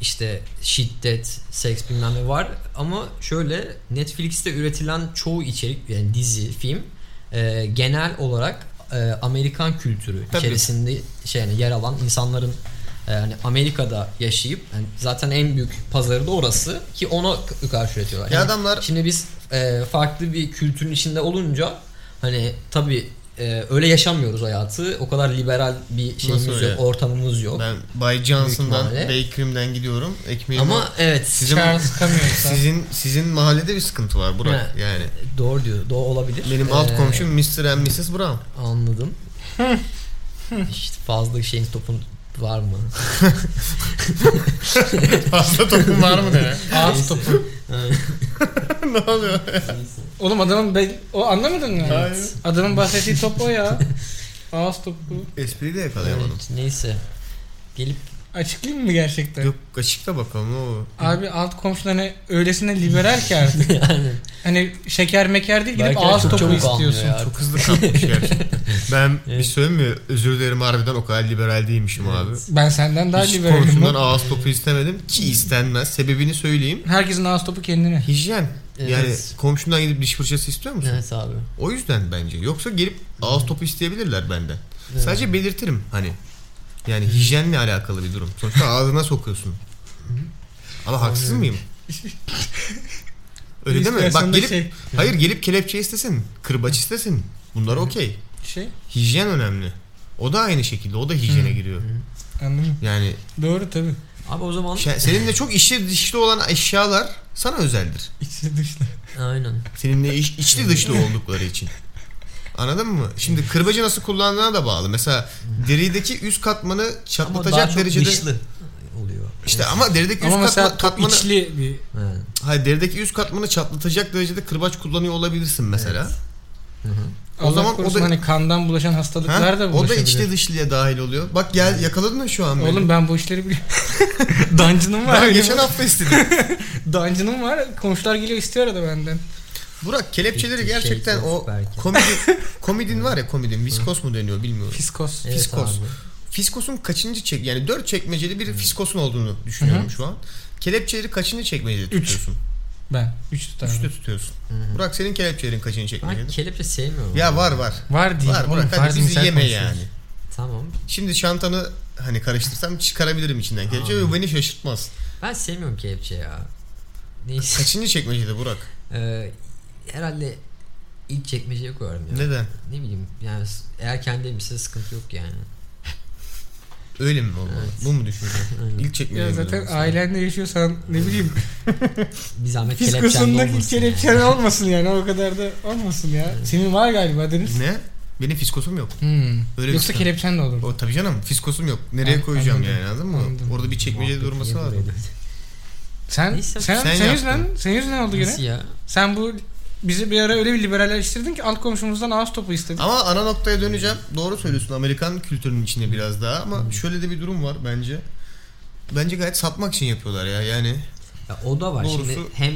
C: işte şiddet, seks bilmem ne var ama şöyle Netflix'te üretilen çoğu içerik yani dizi, film e, genel olarak e, Amerikan kültürü
A: Tabii.
C: içerisinde şey yani yer alan insanların e, hani Amerika'da yaşayıp yani zaten en büyük pazarı da orası ki ona k- karşı üretiyorlar.
A: Ya
C: Yani
A: adamlar-
C: Hani şimdi biz e, farklı bir kültürün içinde olunca hani tabi öyle yaşamıyoruz hayatı. O kadar liberal bir şeyimiz
A: Nasıl
C: yok,
A: öyle?
C: ortamımız yok.
A: Ben Bay Johnson'dan,
C: ihtimalle.
A: Bakerim'den gidiyorum. Ekmeğimi
C: Ama evet
A: Sizin-
D: Charles Camus'a.
A: sizin sizin mahallede bir sıkıntı var Burak.
C: He.
A: Yani
C: doğru diyor. Doğru olabilir.
A: benim
C: Ee,
A: alt komşum Mr. and Mrs. Brown.
C: [laughs]
A: [laughs]
C: Anladım. işte fazla şeyin topun var mı?
A: Fazla topun var mı ne?
D: Ağız topu.
C: [laughs]
A: ne oluyor?
D: Oğlum adamın ben o anlamadın mı?
A: Hayır.
D: Adamın bahsettiği top o ya. Ağız topu.
A: Espriyi de yakalayamadım.
C: Evet, neyse. Gelip
D: Açıklayayım mı gerçekten?
A: Yok açıkla bakalım ne olur.
D: Abi alt komşularına öylesine liberal ki
C: [laughs]
D: artık.
C: yani
D: Hani şeker meker değil gidip
C: Belki de
D: ağız
C: çok
D: topu
C: çabuk anlıyor
D: istiyorsun.
C: ya.
A: Çok hızlı kalkmış gerçekten. Ben bir
C: [laughs]
A: şey
C: Evet.
A: söyleyeyim mi? Özür dilerim harbiden o kadar liberal değilmişim abi.
D: Ben senden daha
A: Hiç
D: liberalim.
A: komşumdan ağız topu istemedim ki istenmez. Sebebini söyleyeyim.
D: Herkesin ağız topu kendine.
A: Hijyen.
C: Evet.
A: Yani komşumdan gidip diş fırçası istiyor musun?
C: evet abi.
A: O yüzden bence. Yoksa gelip ağız topu isteyebilirler benden.
C: Evet.
A: Sadece belirtirim hani. Yani hijyenle alakalı bir durum. Sonuçta ağzına sokuyorsun. Ama haksız mıyım?
C: [laughs]
A: Öyle değil mi?
D: İstersen
A: Bak
D: de
A: gelip
D: şey,
A: hayır gelip kelepçe istesin, kırbaç istesin. Bunlar okey.
D: şey
A: Hijyen önemli. O da aynı şekilde. O da hijyene giriyor.
D: anladım.
A: Yani
D: Doğru tabii.
C: Abi o zaman
A: şe- seninle çok içli dışlı olan eşyalar sana özeldir.
D: İçli dışlı.
C: aynen.
A: Seninle iç- içli dışlı oldukları için. Anladın mı? Şimdi kırbacı nasıl kullandığına da bağlı. Mesela derideki üst katmanı
C: Ama daha
A: çatlatacak
C: çok
A: derecede...
C: dışlı oluyor.
A: İşte ama derideki
D: Ama
A: üst
D: mesela
A: katma-
D: top
A: katmanı...
D: içli bir
C: Evet.
A: Hayır derideki üst katmanı çatlatacak derecede kırbaç kullanıyor olabilirsin mesela. O
D: Allah
A: zaman o
D: korusun
A: da-
D: hani kandan bulaşan
A: Ha?
D: hastalıklar da
A: O da
D: bulaşabilir.
A: içli dışlıya dahil oluyor. Bak gel yakaladın mı şu an beni?
D: Oğlum ben bu işleri
A: [laughs]
D: biliyorum. Dancının var.
A: Daha
D: benim.
A: geçen hafta istedim.
D: Dancının var. Komşular geliyor istiyor arada benden.
A: [laughs] Burak kelepçeleri
C: Bir şey
A: gerçekten
C: yok
A: o
C: belki.
A: komedi
C: [laughs]
A: komedin var ya komedin viskos mu deniyor bilmiyorum.
D: Fiskos.
C: Evet
A: Fiskos.
C: abi.
A: Fiskos'un kaçıncı çek yani dört çekmeceli
C: Hmm.
A: bir fiskos'un olduğunu düşünüyorum şu an. Kelepçeleri kaçıncı çekmecede tutuyorsun?
D: Ben. Üç tutarım.
A: Üçte tutuyorsun. Burak senin kelepçelerin kaçıncı çekmecede?
C: Ben kelepçe sevmiyorum.
A: Ya var var.
D: Var değil.
A: Var
D: oğlum,
A: Burak hadi
D: farz
A: bizi
D: misal
A: yeme
D: konuşuyoruz.
A: yani.
C: Tamam.
A: Şimdi çantanı hani karıştırsam çıkarabilirim içinden kelepçe ve bu beni şaşırtmaz.
C: Ben sevmiyorum kelepçe ya. Neyse.
A: Kaçıncı çekmecede Burak?
C: Ee, herhalde ilk çekmeceye koyarım ya.
A: Neden?
C: Ne bileyim yani s- eğer kendi elbise sıkıntı yok yani.
A: Öyle mi olmalı? Bu mu düşünüyorsun? İlk çekmeye
D: Ya zaten ailenle yaşıyorsan ne
A: [laughs]
D: bileyim
C: Bir zahmet kelepçende
D: fiskosundaki
C: olmasın. yani.
D: kelepçen olmasın yani o kadar da olmasın ya. Senin var galiba Deniz.
A: Ne? Benim fiskosum yok.
D: Hmm.
A: Öyle
D: Yoksa
A: bir- şey.
D: kelepçen de olur.
A: O tabii canım fiskosum yok. Nereye
D: An-
A: koyacağım
D: anladım.
A: yani anladın mı?
D: Anladım.
A: Orada bir çekmecede durması
C: Muhabbet
A: lazım.
C: niye böyle?
D: Sen
C: Neyse,
D: sen sen,
A: sen
D: yüzünden sen yüzünden oldu gene.
C: Nasıl ya?
D: Sen bu bizi bir ara öyle bir liberalleştirdin ki alt komşumuzdan ağız topu istedin.
A: Ama ana noktaya döneceğim. Doğru söylüyorsun Amerikan kültürünün içinde biraz daha ama şöyle de bir durum var bence. Bence gayet satmak için yapıyorlar ya yani.
C: Ya o da var. Şimdi
A: Doğrusu-
C: hem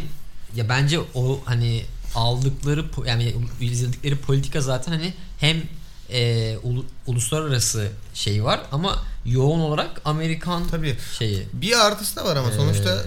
C: ya bence o hani aldıkları po- yani izledikleri politika zaten hani hem e, ulu- uluslararası şey var ama yoğun olarak Amerikan
A: Tabii
C: şeyi. E,
A: bir artısı da var
C: Ee,
A: ama sonuçta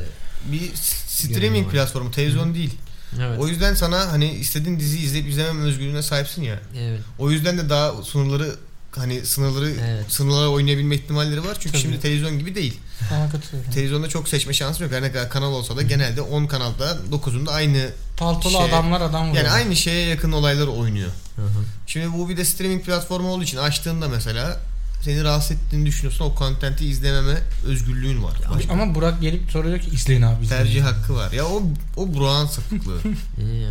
A: bir s-
C: yönü
A: streaming
C: var.
A: platformu televizyon değil.
C: Evet.
A: O yüzden sana hani istediğin diziyi izleyip izlemem özgürlüğüne sahipsin ya.
C: evet.
A: O yüzden de daha sınırları hani sınırları
C: Evet.
A: sınırlara oynayabilme ihtimalleri var. Çünkü
D: Tabii.
A: şimdi televizyon gibi değil.
D: Bana katılıyorum.
A: Televizyonda çok seçme şansın yok. Her ne kadar kanal olsa da genelde 10 kanalda 9'unda aynı
D: Paltolu
A: Şey-
D: adamlar adam vuruyor.
A: yani aynı şeye yakın olaylar oynuyor.
C: Hı hı.
A: Şimdi bu bir de streaming platformu olduğu için açtığında mesela seni rahatsız ettiğini düşünüyorsun. O kontenti izlememe özgürlüğün var. Başka
D: Ama Burak gelip soruyor ki izleyin abi. izleyin."
A: tercih hakkı var. Ya o o Burak'ın sapıklığı.
C: İyi ya.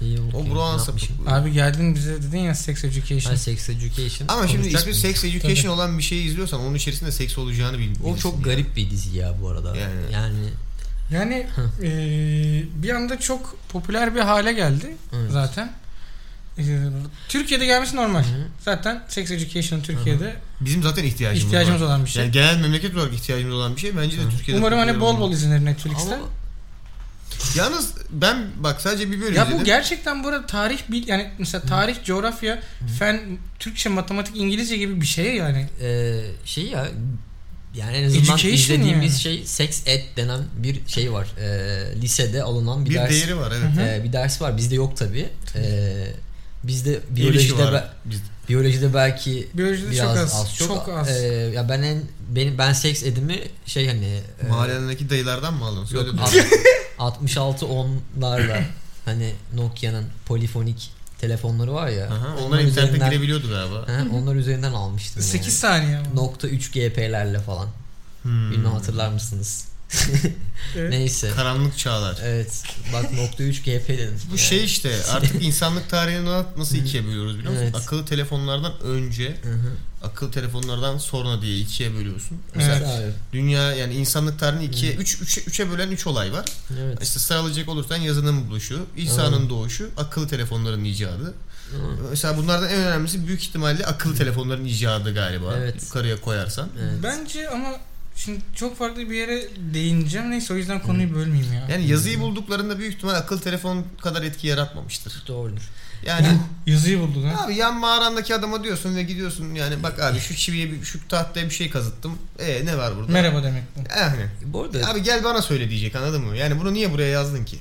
C: İyi
A: o
C: okey.
A: Burak'ın
C: Ne yapmışım?
A: sapıklığı.
D: Abi geldin bize dedin ya sex education.
C: Ha, sex education.
A: şey. Ama şimdi
C: Konuşacak
A: ismi
C: mıyız?
A: Sex Education
D: Tabii.
A: olan bir şeyi izliyorsan onun içerisinde seks olacağını bilmiyorsun.
C: o çok garip bir dizi ya bu arada.
A: Yani-
C: Yani,
D: Yani
C: Hı.
D: eee, bir anda çok popüler bir hale geldi
C: Evet.
D: zaten. Eee, Türkiye'de gelmesi normal.
C: Hı.
D: Zaten sex education Türkiye'de
A: Bizim zaten ihtiyacımız,
D: ihtiyacımız
A: var.
D: olan bir şey.
A: Yani genel memleket olarak ihtiyacımız olan bir şey. Bence de Türkiye'de
D: Umarım hani
A: popüler
D: bol
A: olmalı.
D: bol izlenir Netflix'ten.
C: ama
A: Yalnız ben bak sadece bir bölüm
D: Ya
A: izledim.
D: bu gerçekten bu arada tarih bil yani mesela tarih, coğrafya, fen, Türkçe, matematik, İngilizce gibi bir şey yani.
C: e, şey ya yani en azından
D: Education
C: izlediğimiz
D: yani.
C: şey sex ed denen bir şey var. E, lisede alınan bir,
A: bir
C: ders.
A: değeri var evet.
C: e, bir ders var. Bizde yok tabi. E, bizde
A: Biyoloji
C: biyolojide
A: var.
C: be-
A: Bizde.
C: biyolojide belki
D: Biyolojide
C: biraz
D: çok az,
C: çok,
D: çok az.
C: e, ya ben en benim ben seks edimi şey hani e,
A: Mahallendeki dayılardan mı aldın?
C: yok,
A: Söyle de. [laughs]
C: alt- 66 onlarla hani Nokia'nın polifonik telefonları var ya.
A: Aha, onlar internete
C: üzerinden-
A: girebiliyordu galiba.
C: Hı, onlar üzerinden almıştım.
D: 8
C: yani.
D: saniye. ama.
C: Nokta 3 GP'lerle falan.
A: Hmm.
C: Bilmem hatırlar mısınız?
D: Evet.
C: Neyse.
A: Karanlık çağlar.
C: Evet. Bak nokta 3 GP dedim.
A: Bu şey işte
C: [laughs]
A: artık insanlık tarihini na- nasıl ikiye bölüyoruz biliyor musun?
C: Evet.
A: Akıllı telefonlardan önce,
C: Hı-hı.
A: akıllı telefonlardan sonra diye ikiye bölüyorsun. Mesela
C: Evet abi.
A: dünya yani insanlık tarihini ikiye, üç, üçe, üçe bölen üç olay var.
C: Evet.
A: İşte sıralayacak olursan yazının buluşu, İsa'nın doğuşu, akıllı telefonların icadı. Mesela bunlardan en önemlisi büyük ihtimalle akıllı telefonların icadı galiba.
C: Evet.
A: Yukarıya koyarsan.
C: Evet.
D: Bence ama şimdi çok farklı bir yere değineceğim. Neyse o yüzden konuyu bölmeyeyim ya.
A: Yani yazıyı bulduklarında büyük ihtimal akıllı telefon kadar etki yaratmamıştır.
C: Doğrudur.
A: Yani
D: Yazıyı buldu lan.
A: Abi yan mağarandaki adama diyorsun ve gidiyorsun yani bak abi şu çiviye bir, şu tahtaya bir şey kazıttım. E ne var burada?
D: Merhaba demek bu.
A: Yani.
C: Bu arada
A: Abi gel bana söyle diyecek anladın mı? Yani bunu niye buraya yazdın ki?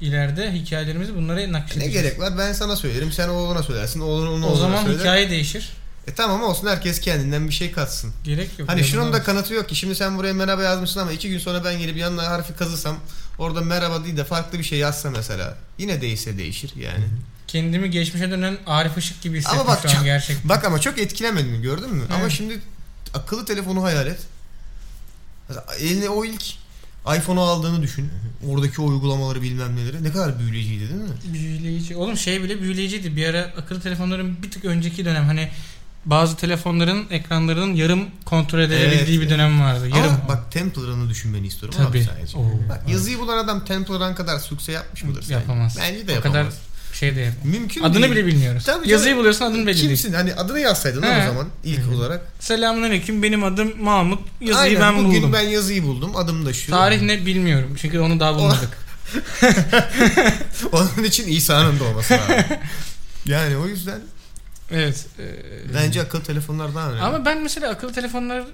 D: İleride hikayelerimizi bunlara
A: Ne
D: nakşedeceğiz.
A: gerek var? Ben sana söylerim. Sen oğluna söylersin. Oğlun onun
D: O
A: oğluna
D: zaman
A: söyler.
D: hikaye değişir.
A: E tamam olsun herkes kendinden bir şey katsın.
D: Gerek yok.
A: Hani
D: Yani
A: şunun da
D: olmaz.
A: kanıtı yok ki. Şimdi sen buraya merhaba yazmışsın ama iki gün sonra ben gelip yanına harfi kazısam orada merhaba değil de farklı bir şey yazsa mesela. Yine değişse değişir yani.
D: kendimi geçmişe dönen Arif Işık gibi hissettim
A: Ama bak
D: şu an
A: çok-
D: gerçekten.
A: Bak ama çok etkilemedin gördün mü? Ama
D: Evet.
A: şimdi akıllı telefonu hayal et. Mesela Eline o ilk iPhone'u aldığını düşün. Oradaki o uygulamaları bilmem neleri. Ne kadar büyüleyiciydi değil mi?
D: Büyüleyici. Oğlum şey bile büyüleyiciydi. Bir ara akıllı telefonların bir tık önceki dönem hani bazı telefonların ekranlarının yarım kontrol edilebildiği
A: Evet.
D: bir dönem vardı. Yarım.
A: Ama bak Templar'ını düşünmeni istiyorum
D: Tabii.
A: abi sadece.
D: Oo.
A: Bak yazıyı bulan adam Templar'ın kadar sükse yapmış mıdır? sence?
D: Yapamaz.
A: Bence de
D: o
A: yapamaz.
D: kadar şey de yapamaz.
A: Mümkün
D: Adını
A: değil.
D: bile bilmiyoruz.
A: Tabii
D: Yazıyı
A: canım.
D: buluyorsun adını belli değil.
A: Kimsin? Hani adını yazsaydın lan
D: He.
A: o zaman ilk olarak.
D: Selamünaleyküm benim adım Mahmut. Yazıyı
A: Aynen,
D: ben
A: bugün
D: buldum.
A: ben Oh. yazıyı buldum. Adım da şu.
D: Tarih ne bilmiyorum. Çünkü onu daha bulmadık.
A: Onun için İsa'nın doğması lazım.
D: [laughs]
A: yani o yüzden
D: evet. e,
A: bence akıllı telefonlar daha önemli.
D: ama ben mesela akıllı telefonlar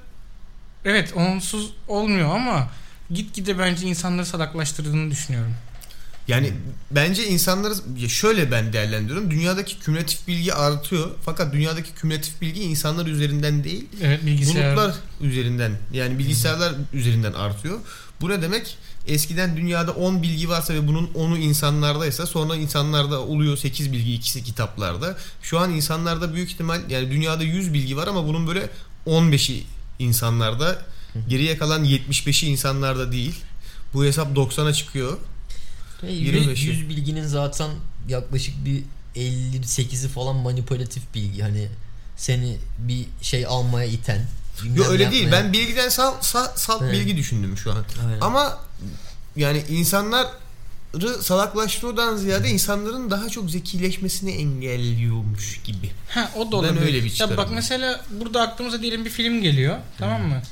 D: evet onsuz olmuyor ama gitgide bence insanları salaklaştırdığını düşünüyorum.
A: Yani bence insanları ya şöyle ben değerlendiriyorum. Dünyadaki kümülatif bilgi artıyor. Fakat dünyadaki kümülatif bilgi insanlar üzerinden değil,
D: Evet bilgisayar.
A: bulutlar üzerinden. Yani bilgisayarlar üzerinden artıyor. Bu ne demek? Eskiden dünyada 10 bilgi varsa ve bunun 10'u insanlardaysa sonra insanlarda oluyor 8 bilgi, ikisi kitaplarda. Şu an insanlarda büyük ihtimal yani dünyada 100 bilgi var ama bunun böyle 15'i insanlarda geriye kalan 75'i insanlarda değil. Bu hesap 90'a çıkıyor.
C: Ve 100,
A: 25'i.
C: 100 bilginin zaten yaklaşık bir 58'i falan manipülatif bilgi. Hani seni bir şey almaya iten.
A: Yo
C: bilmem
A: öyle
C: yapmaya-
A: değil. Ben bilgiden sal, sal, salt
C: Evet.
A: bilgi düşündüm şu an.
C: Aynen.
A: Ama yani insanları salaklaştırmadan ziyade insanların daha çok zekileşmesini engelliyormuş gibi.
D: Ha o da
A: Ben
D: olabilir.
A: öyle bir
D: ya
A: çıkarım
D: bak
A: yani.
D: mesela burada aklımıza diyelim bir film geliyor. Tamam mı?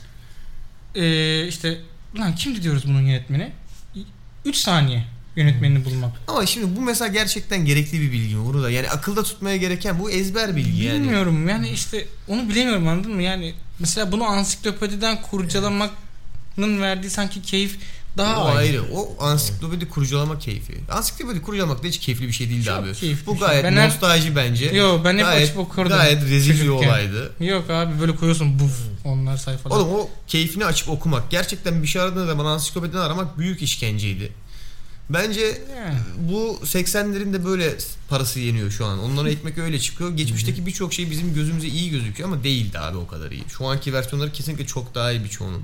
D: Ee, işte lan kimdi diyoruz bunun yönetmeni? 3 saniye yönetmenini bulmak.
A: Ama şimdi bu mesela gerçekten gerekli bir bilgi mi burada? Yani akılda tutmaya gereken bu ezber bilgi yani.
D: Bilmiyorum yani işte onu bilemiyorum anladın mı? Yani mesela bunu ansiklopediden kurcalamanın verdiği sanki keyif daha
A: o
D: ayrı.
A: ayrı. O ansiklopedi kurcalama keyfi. Ansiklopedi kurcalamak da hiç keyifli bir şey değildi
D: Çok
A: abi.
D: keyifli
A: Bu
D: bir şey.
A: gayet
D: Ben her-
A: nostalji bence.
D: Yo, ben hep
A: gayet,
D: açıp okurdum
A: Gayet rezil bir
D: çocukken.
A: olaydı.
D: Yok abi böyle koyuyorsun buf onlar sayfalar.
A: Oğlum o keyfini açıp okumak. Gerçekten bir şey aradığın zaman ansiklopediden aramak büyük işkenceydi. Bence
D: Yani.
A: bu 80'lerin de böyle parası yeniyor şu an.
D: [laughs]
A: Onlara ekmek öyle çıkıyor. Geçmişteki birçok şey bizim gözümüze iyi gözüküyor ama değildi abi o kadar iyi. Şu anki versiyonları kesinlikle çok daha iyi birçoğunun.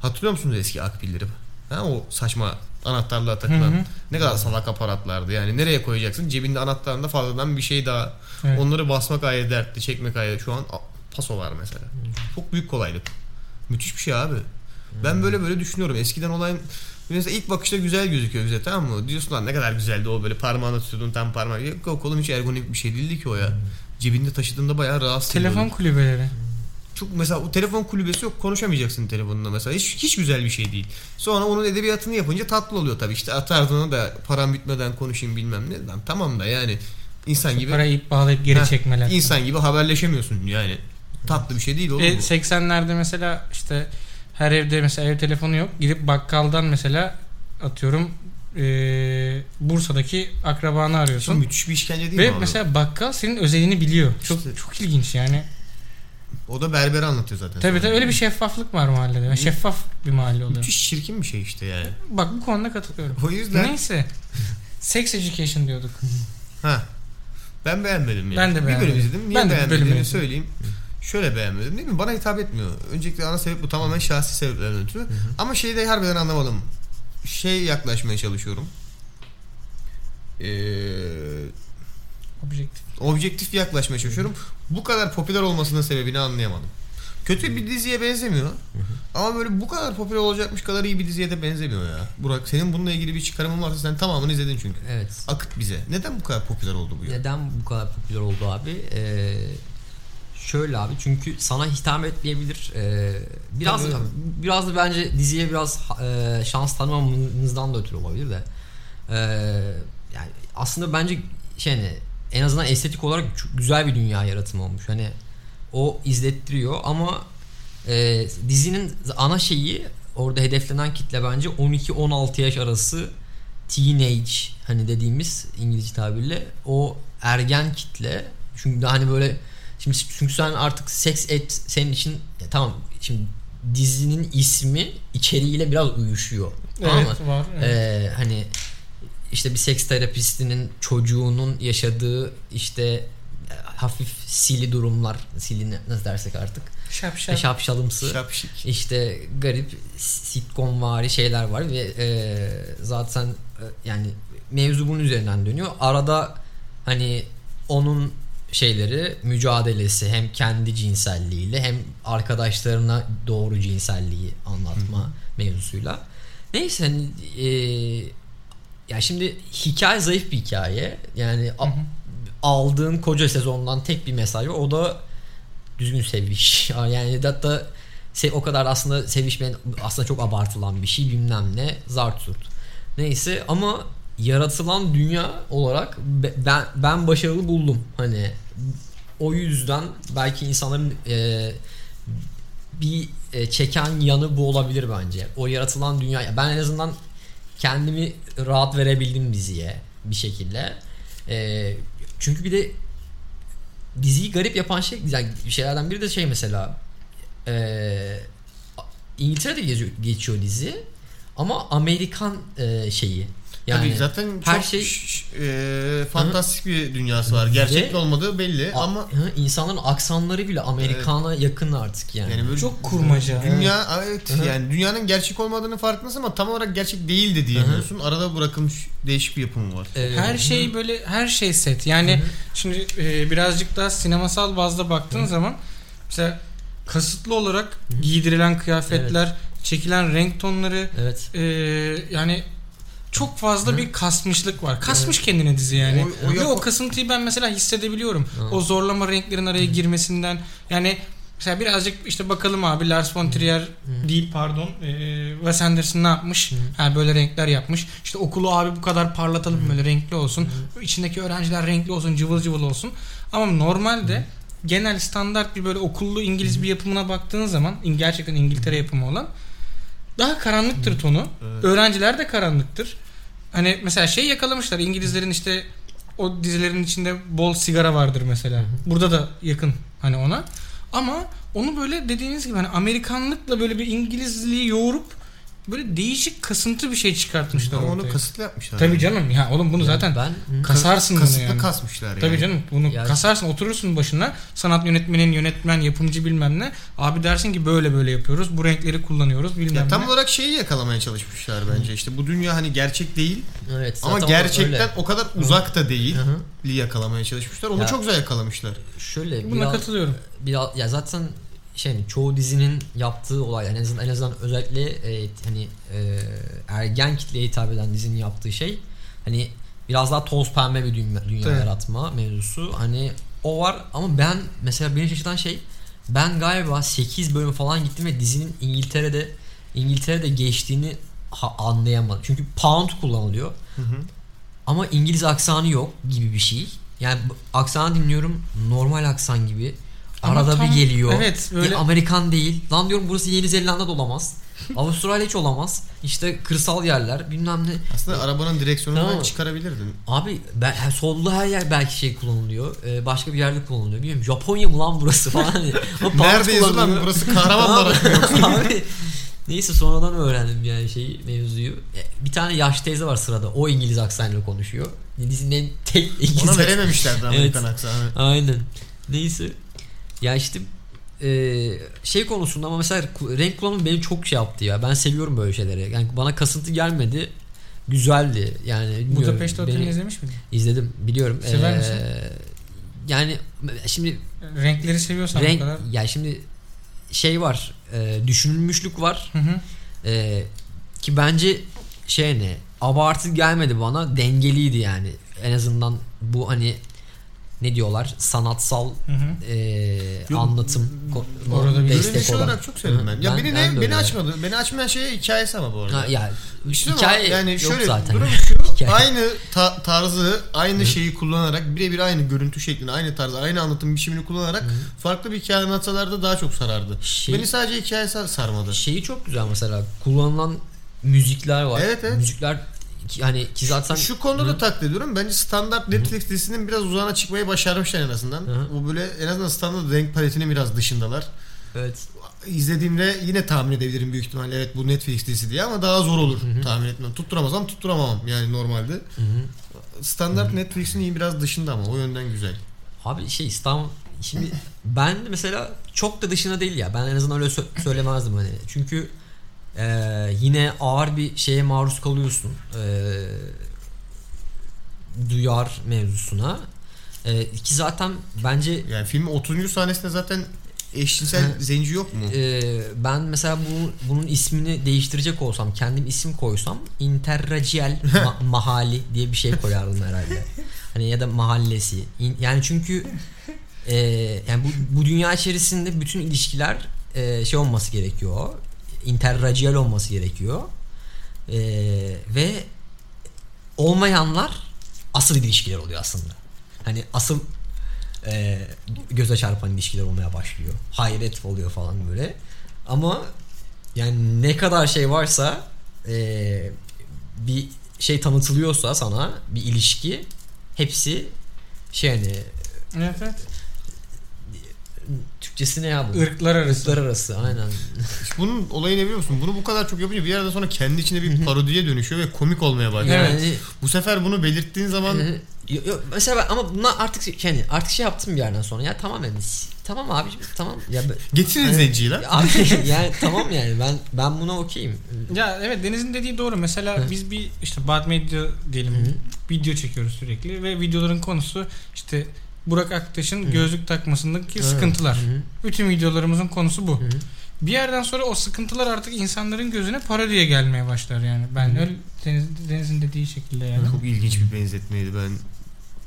A: Hatırlıyor musunuz eski akbilleri? Ha, o saçma anahtarlığa takılan.
D: Hı hı.
A: Ne kadar salak aparatlardı yani. Nereye koyacaksın? Cebinde anahtarında fazladan bir şey daha.
D: Evet.
A: Onları basmak ayrı dertli, çekmek ayrı. Şu an a- paso var mesela. Çok büyük kolaylık. Müthiş bir şey abi. Ben böyle böyle düşünüyorum. Eskiden olayın mesela ilk bakışta güzel gözüküyor bize tamam mı? Diyorsun lan ne kadar güzeldi o böyle parmağına tutuyordun tam parmağı. Yok yok oğlum hiç ergonomik bir şey değildi ki o ya. Cebinde taşıdığında bayağı rahatsız
D: Hmm. Telefon
A: ediyordun.
D: kulübeleri.
A: Çok mesela o telefon kulübesi yok konuşamayacaksın telefonunda mesela. Hiç, hiç güzel bir şey değil. Sonra onun edebiyatını yapınca tatlı oluyor tabii. İşte atardığına da param bitmeden konuşayım bilmem ne. Lan tamam da yani insan gibi
D: Parayı ip bağlayıp geri
A: Heh,
D: çekmeler.
A: İnsan gibi haberleşemiyorsun yani. Tatlı bir şey değil oğlum
D: Ve
A: bu.
D: 80'lerde E, mesela işte her evde mesela ev telefonu yok. Gidip bakkaldan mesela atıyorum eee, Bursa'daki akrabanı
A: Şimdi
D: arıyorsun.
A: müthiş bir işkence değil
D: Ve
A: mi abi?
D: mesela bakkal senin özelini biliyor. Çok
A: İşte.
D: çok ilginç yani.
A: O da berbere anlatıyor zaten.
D: Tabii
A: sonra.
D: tabii öyle bir şeffaflık var mahallede. Yani şeffaf bir mahalle oluyor.
A: Müthiş çirkin bir şey işte yani.
D: Bak bu konuda katılıyorum.
A: O yüzden [laughs]
D: Neyse. Sex education diyorduk.
A: ha. Ben beğenmedim yani.
D: Ben de
A: Bir
D: beğenmedim.
A: bölüm izledim. Niye
D: Ben de bir bölüm
A: beğenmediğimi
D: izledim.
A: söyleyeyim. Şöyle beğenmedim değil mi? Bana hitap etmiyor. Öncelikle ana sebep bu tamamen şahsi sebeplerden ötürü. Ama şeyi de harbiden anlamadım. Şey yaklaşmaya çalışıyorum. Eee
D: Objektif.
A: objektif bir yaklaşmaya çalışıyorum. Bu kadar popüler olmasının sebebini anlayamadım. Kötü bir diziye benzemiyor. Ama böyle bu kadar popüler olacakmış kadar iyi bir diziye de benzemiyor ya. Burak senin bununla ilgili bir çıkarımın varsa sen tamamını izledin çünkü.
C: Evet.
A: Akıt bize. Neden bu kadar popüler oldu bu ya?
C: Neden bu kadar popüler oldu abi? Ee, şöyle abi çünkü sana hitap etmeyebilir. Ee, biraz
A: Tabii.
C: biraz da bence diziye biraz e, şans tanımamanızdan da ötürü olabilir de. Ee, yani aslında bence şey ne en azından estetik olarak çok güzel bir dünya yaratımı olmuş. Hani o izlettiriyor ama e, dizinin ana şeyi orada hedeflenen kitle bence 12-16 yaş arası teenage hani dediğimiz İngilizce tabirle o ergen kitle çünkü de hani böyle şimdi çünkü sen artık seks et senin için ya tamam şimdi dizinin ismi içeriğiyle biraz uyuşuyor. Tamam mı?
D: Evet var. evet.
C: Ee, hani işte bir seks terapistinin çocuğunun yaşadığı işte hafif sili durumlar silini nasıl dersek artık
D: Şap şap.
C: Şap. şapşalımsı
A: Şapşik.
C: işte garip sitcom vari şeyler var ve e, zaten e, yani mevzu bunun üzerinden dönüyor. Arada hani onun şeyleri mücadelesi hem kendi cinselliğiyle hem arkadaşlarına doğru cinselliği anlatma mevzusuyla. Neyse hani, e, ya şimdi hikaye zayıf bir hikaye. Yani a- aldığın koca sezondan tek bir mesaj var. O da düzgün seviş. [laughs] Yani hatta se- o kadar aslında sevişmeyen aslında çok abartılan bir şey bilmem ne zart zurt. Neyse ama yaratılan dünya olarak be- ben ben başarılı buldum. Hani o yüzden belki insanların e, bir e, çeken yanı bu olabilir bence. O yaratılan dünya. ya Ben en azından kendimi rahat verebildim diziye bir şekilde. E, çünkü bir de diziyi garip yapan şey yani şeylerden biri de şey mesela e, İngiltere'de geziyor, geçiyor dizi ama Amerikan e, şeyi Yani
A: Tabii zaten
C: her
A: çok
C: şey-
A: ş- ş- e, fantastik bir dünyası var. Gerçek
C: Ve-
A: olmadığı belli
C: a-
A: ama
C: hı, insanların aksanları bile Amerikan'a yakın artık yani.
A: yani böyle
D: Çok kurmaca.
A: dünya evet
C: Hı hı.
A: yani dünyanın gerçek olmadığını farkındasın ama tam olarak gerçek değil de diyemiyorsun. Arada bırakılmış değişik bir yapımı var.
C: Ee,
D: Her şey böyle her şey set. Yani şimdi e, birazcık daha sinemasal bazda baktığın zaman mesela kasıtlı olarak giydirilen kıyafetler, çekilen renk tonları
C: evet.
D: e, yani çok fazla bir kasmışlık var. Kasmış kendine dizi yani.
A: O- o
D: Ve
A: yap-
D: o kasıntıyı ben mesela hissedebiliyorum.
C: Hı.
D: O zorlama renklerin araya girmesinden yani mesela birazcık işte bakalım abi Lars von Trier değil pardon e, Wes Anderson ne yapmış? Ha böyle renkler yapmış. İşte okulu abi bu kadar parlatalım böyle renkli olsun. İçindeki öğrenciler renkli olsun, cıvıl cıvıl olsun. Ama normalde genel standart bir böyle okullu İngiliz bir yapımına baktığın zaman in- gerçekten İngiltere yapımı olan daha karanlıktır tonu.
A: Evet.
D: Öğrenciler de karanlıktır. Hani mesela şey yakalamışlar İngilizlerin işte o dizilerin içinde bol sigara vardır mesela. Burada da yakın hani ona. Ama onu böyle dediğiniz gibi hani Amerikanlıkla böyle bir İngilizliği yoğurup böyle değişik kasıntı bir şey çıkartmışlar
A: Ama onu
D: ortaya.
A: kasıtlı yapmışlar.
D: Tabii
A: yani.
D: canım ya oğlum bunu zaten
C: Ben hı.
D: kasarsın bunu
A: kasıtlı
D: yani.
A: kasmışlar
D: Tabii
A: yani.
D: canım bunu
C: Ya-
D: kasarsın oturursun başına sanat yönetmenin yönetmen yapımcı bilmem ne abi dersin ki böyle böyle yapıyoruz bu renkleri kullanıyoruz bilmem
A: Ya
D: ne.
A: tam olarak şeyi yakalamaya çalışmışlar bence. İşte bu dünya hani gerçek değil
C: evet.
A: ama
C: zaten o-
A: gerçekten
C: öyle.
A: o kadar uzak da değil.
C: Hı hı.
A: li yakalamaya çalışmışlar. Onu
C: Ya-
A: çok güzel yakalamışlar.
C: şöyle
D: Buna
C: biraz,
D: katılıyorum.
C: biraz ya zaten şey çoğu dizinin yaptığı olay yani en azından en azından özellikle e, hani e, ergen kitleye hitap eden dizinin yaptığı şey hani biraz daha toz pembe bir dünya, dünya
D: Evet.
C: yaratma mevzusu. Hani o var ama ben mesela beni şaşırtan şey ben galiba 8 bölüm falan gittim ve dizinin İngiltere'de İngiltere'de geçtiğini ha- anlayamadım. Çünkü pound kullanılıyor. Ama İngiliz aksanı yok gibi bir şey. Yani bu- aksanı dinliyorum normal aksan gibi.
D: Ama
C: Arada
D: tam-
C: bir geliyor.
D: evet,
C: Ya
D: öyle-
C: Amerikan değil. Lan diyorum burası Yeni Zelanda da olamaz. [laughs] Avustralya hiç olamaz. İşte kırsal yerler bilmem ne.
A: Aslında arabanın direksiyonundan
C: Tamam.
A: çıkarabilirdin.
C: Abi ben, her- solda her yer belki şey kullanılıyor. Ee, başka bir yerde kullanılıyor. Bilmiyorum Japonya mı lan burası falan. hani.
A: [laughs]
C: Ama pound
A: Neredeyiz lan
C: kullanılıyor.
A: burası
C: [laughs]
A: Kahramanmaraş. mı?
C: Abi neyse sonradan öğrendim yani şeyi mevzuyu. E, Bir tane yaşlı teyze var sırada. O İngiliz aksanıyla konuşuyor. Dizinin en tek İngiliz
A: Ona
C: aksanı.
A: verememişlerdi Amerikan
C: Evet.
A: aksanı.
C: Aynen. Neyse. Ya işte e, şey konusunda ama mesela ku- renk kullanımı beni çok şey yaptı ya. Ben seviyorum böyle şeyleri. Yani bana kasıntı gelmedi. Güzeldi. Yani bilmiyorum.
D: Budapest
C: Beni-
D: Oteli'ni izlemiş miydin?
C: izledim biliyorum.
D: Sever
C: Ee,
D: misin?
C: Yani şimdi
D: Renkleri seviyorsan bu
C: renk
D: kadar.
C: ya şimdi şey var. e, düşünülmüşlük var.
D: Hı hı.
C: Ee, ki bence şey ne abartı gelmedi bana dengeliydi yani en azından bu hani ne diyorlar sanatsal
D: Hı hı.
C: ee,
A: Yok, şey
C: anlatım ko-
D: orada bir
C: destek
A: Görünüşü
C: olan.
A: olarak çok sevdim ben. Ya
C: Ben-
A: beni
C: ben de
A: ne, beni
C: öyle.
A: açmadı. Beni açmayan şey hikayesi ama bu arada.
C: Ha, ya
A: İşte ama
C: hikaye
A: yani şöyle
C: yok zaten.
A: durum şu.
C: [laughs] Hikaye.
A: aynı ta- tarzı, aynı şeyi kullanarak birebir aynı görüntü şeklini, aynı tarzı, aynı anlatım biçimini kullanarak farklı bir hikaye anlatsalar da daha çok sarardı.
C: Şey-
A: Beni sadece hikaye sar- sarmadı.
C: Şeyi çok güzel mesela kullanılan müzikler var.
A: Evet, evet.
C: Müzikler ki- hani ki zaten
A: Şu konuda da takdir ediyorum. Bence standart Netflix dizisinin biraz uzağına çıkmayı başarmışlar en azından.
C: Hı.
A: Bu böyle en azından standart renk paletinin biraz dışındalar.
C: evet
A: İzlediğimde yine tahmin edebilirim büyük ihtimalle evet bu Netflix dizisi diye ama daha zor olur tahmin etmem. Tutturamazsam tutturamam yani normalde. Standart Netflix'in iyi biraz dışında ama o yönden güzel.
C: abi şey İstanbul şimdi ben mesela çok da dışına değil ya ben en azından öyle sö- söylemezdim hani çünkü ee, yine ağır bir şeye maruz kalıyorsun. Ee, duyar mevzusuna. Ee, ki zaten bence
A: Yani filmin 30. sahnesinde zaten eşcinsel
C: Hı.
A: zenci yok mu?
C: Ee, ben mesela bu, bunun ismini değiştirecek olsam kendim isim koysam [laughs] interracial ma- mahali diye bir şey koyardım herhalde. Hani ya da mahallesi. İn- Yani çünkü e, yani bu, bu dünya içerisinde bütün ilişkiler e, şey olması gerekiyor. Interracial olması gerekiyor. E, ve olmayanlar asıl ilişkiler oluyor aslında. Hani asıl e, göze çarpan ilişkiler olmaya başlıyor. Hayret oluyor falan böyle. Ama yani ne kadar şey varsa e, bir şey tanıtılıyorsa sana bir ilişki hepsi şey hani
D: Evet evet.
C: Türkçesi ne ya bu?
D: Irklar arası.
C: Irklar arası aynen.
A: İşte bunun olayı ne biliyor musun? Bunu bu kadar çok yapınca bir yerden sonra kendi içinde bir parodiye dönüşüyor ve komik olmaya başlıyor.
D: Evet.
C: Yani
A: Bu sefer bunu belirttiğin zaman
C: Hı hı. Yo- yo, mesela ben- ama bunlar artık yani artık şey yaptım bir yerden sonra ya tamam yani s- tamam abi tamam ya ben-
A: getirin
C: Aynen.
A: zenciyi lan.
C: Ya abi [laughs] yani tamam yani ben ben buna okeyim.
D: Ya evet Deniz'in dediği doğru. Mesela
C: Hı.
D: biz bir işte Bad Media diyelim video çekiyoruz sürekli ve videoların konusu işte Burak Aktaş'ın gözlük takmasındaki
C: Evet.
D: sıkıntılar.
C: Hı hı.
D: Bütün videolarımızın konusu bu.
C: Hı hı.
D: Bir yerden sonra o sıkıntılar artık insanların gözüne parodiye gelmeye başlar yani. Ben öyle Deniz, Deniz'in dediği şekilde yani.
A: Çok ilginç bir benzetmeydi ben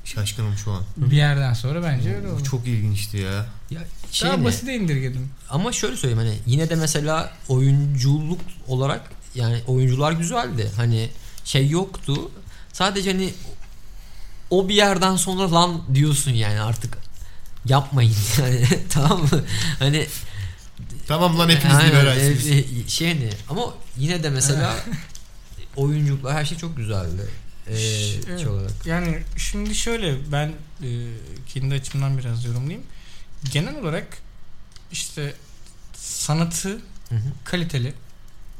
A: şaşkınım şu an.
D: Bir yerden sonra bence öyle
A: Bu
D: olur.
A: çok ilginçti ya.
C: Ya şey
D: Daha
C: ne?
D: basite indirgedim.
C: Ama şöyle söyleyeyim hani yine de mesela oyunculuk olarak yani oyuncular güzeldi. Hani şey yoktu. Sadece hani o bir yerden sonra lan diyorsun yani artık yapmayın [laughs] yani tamam mı? Hani
A: Tamam lan hepiniz
C: Aynen,
A: liberalsiniz.
C: e, e, şey ne ama yine de mesela
D: [laughs]
C: oyunculuklar her şey çok güzeldi. Ee,
D: Ş-
C: şey
D: evet.
C: olarak.
D: Yani şimdi şöyle ben e, kendi açımdan biraz yorumlayayım. Genel olarak işte sanatı
C: Hı hı.
D: kaliteli.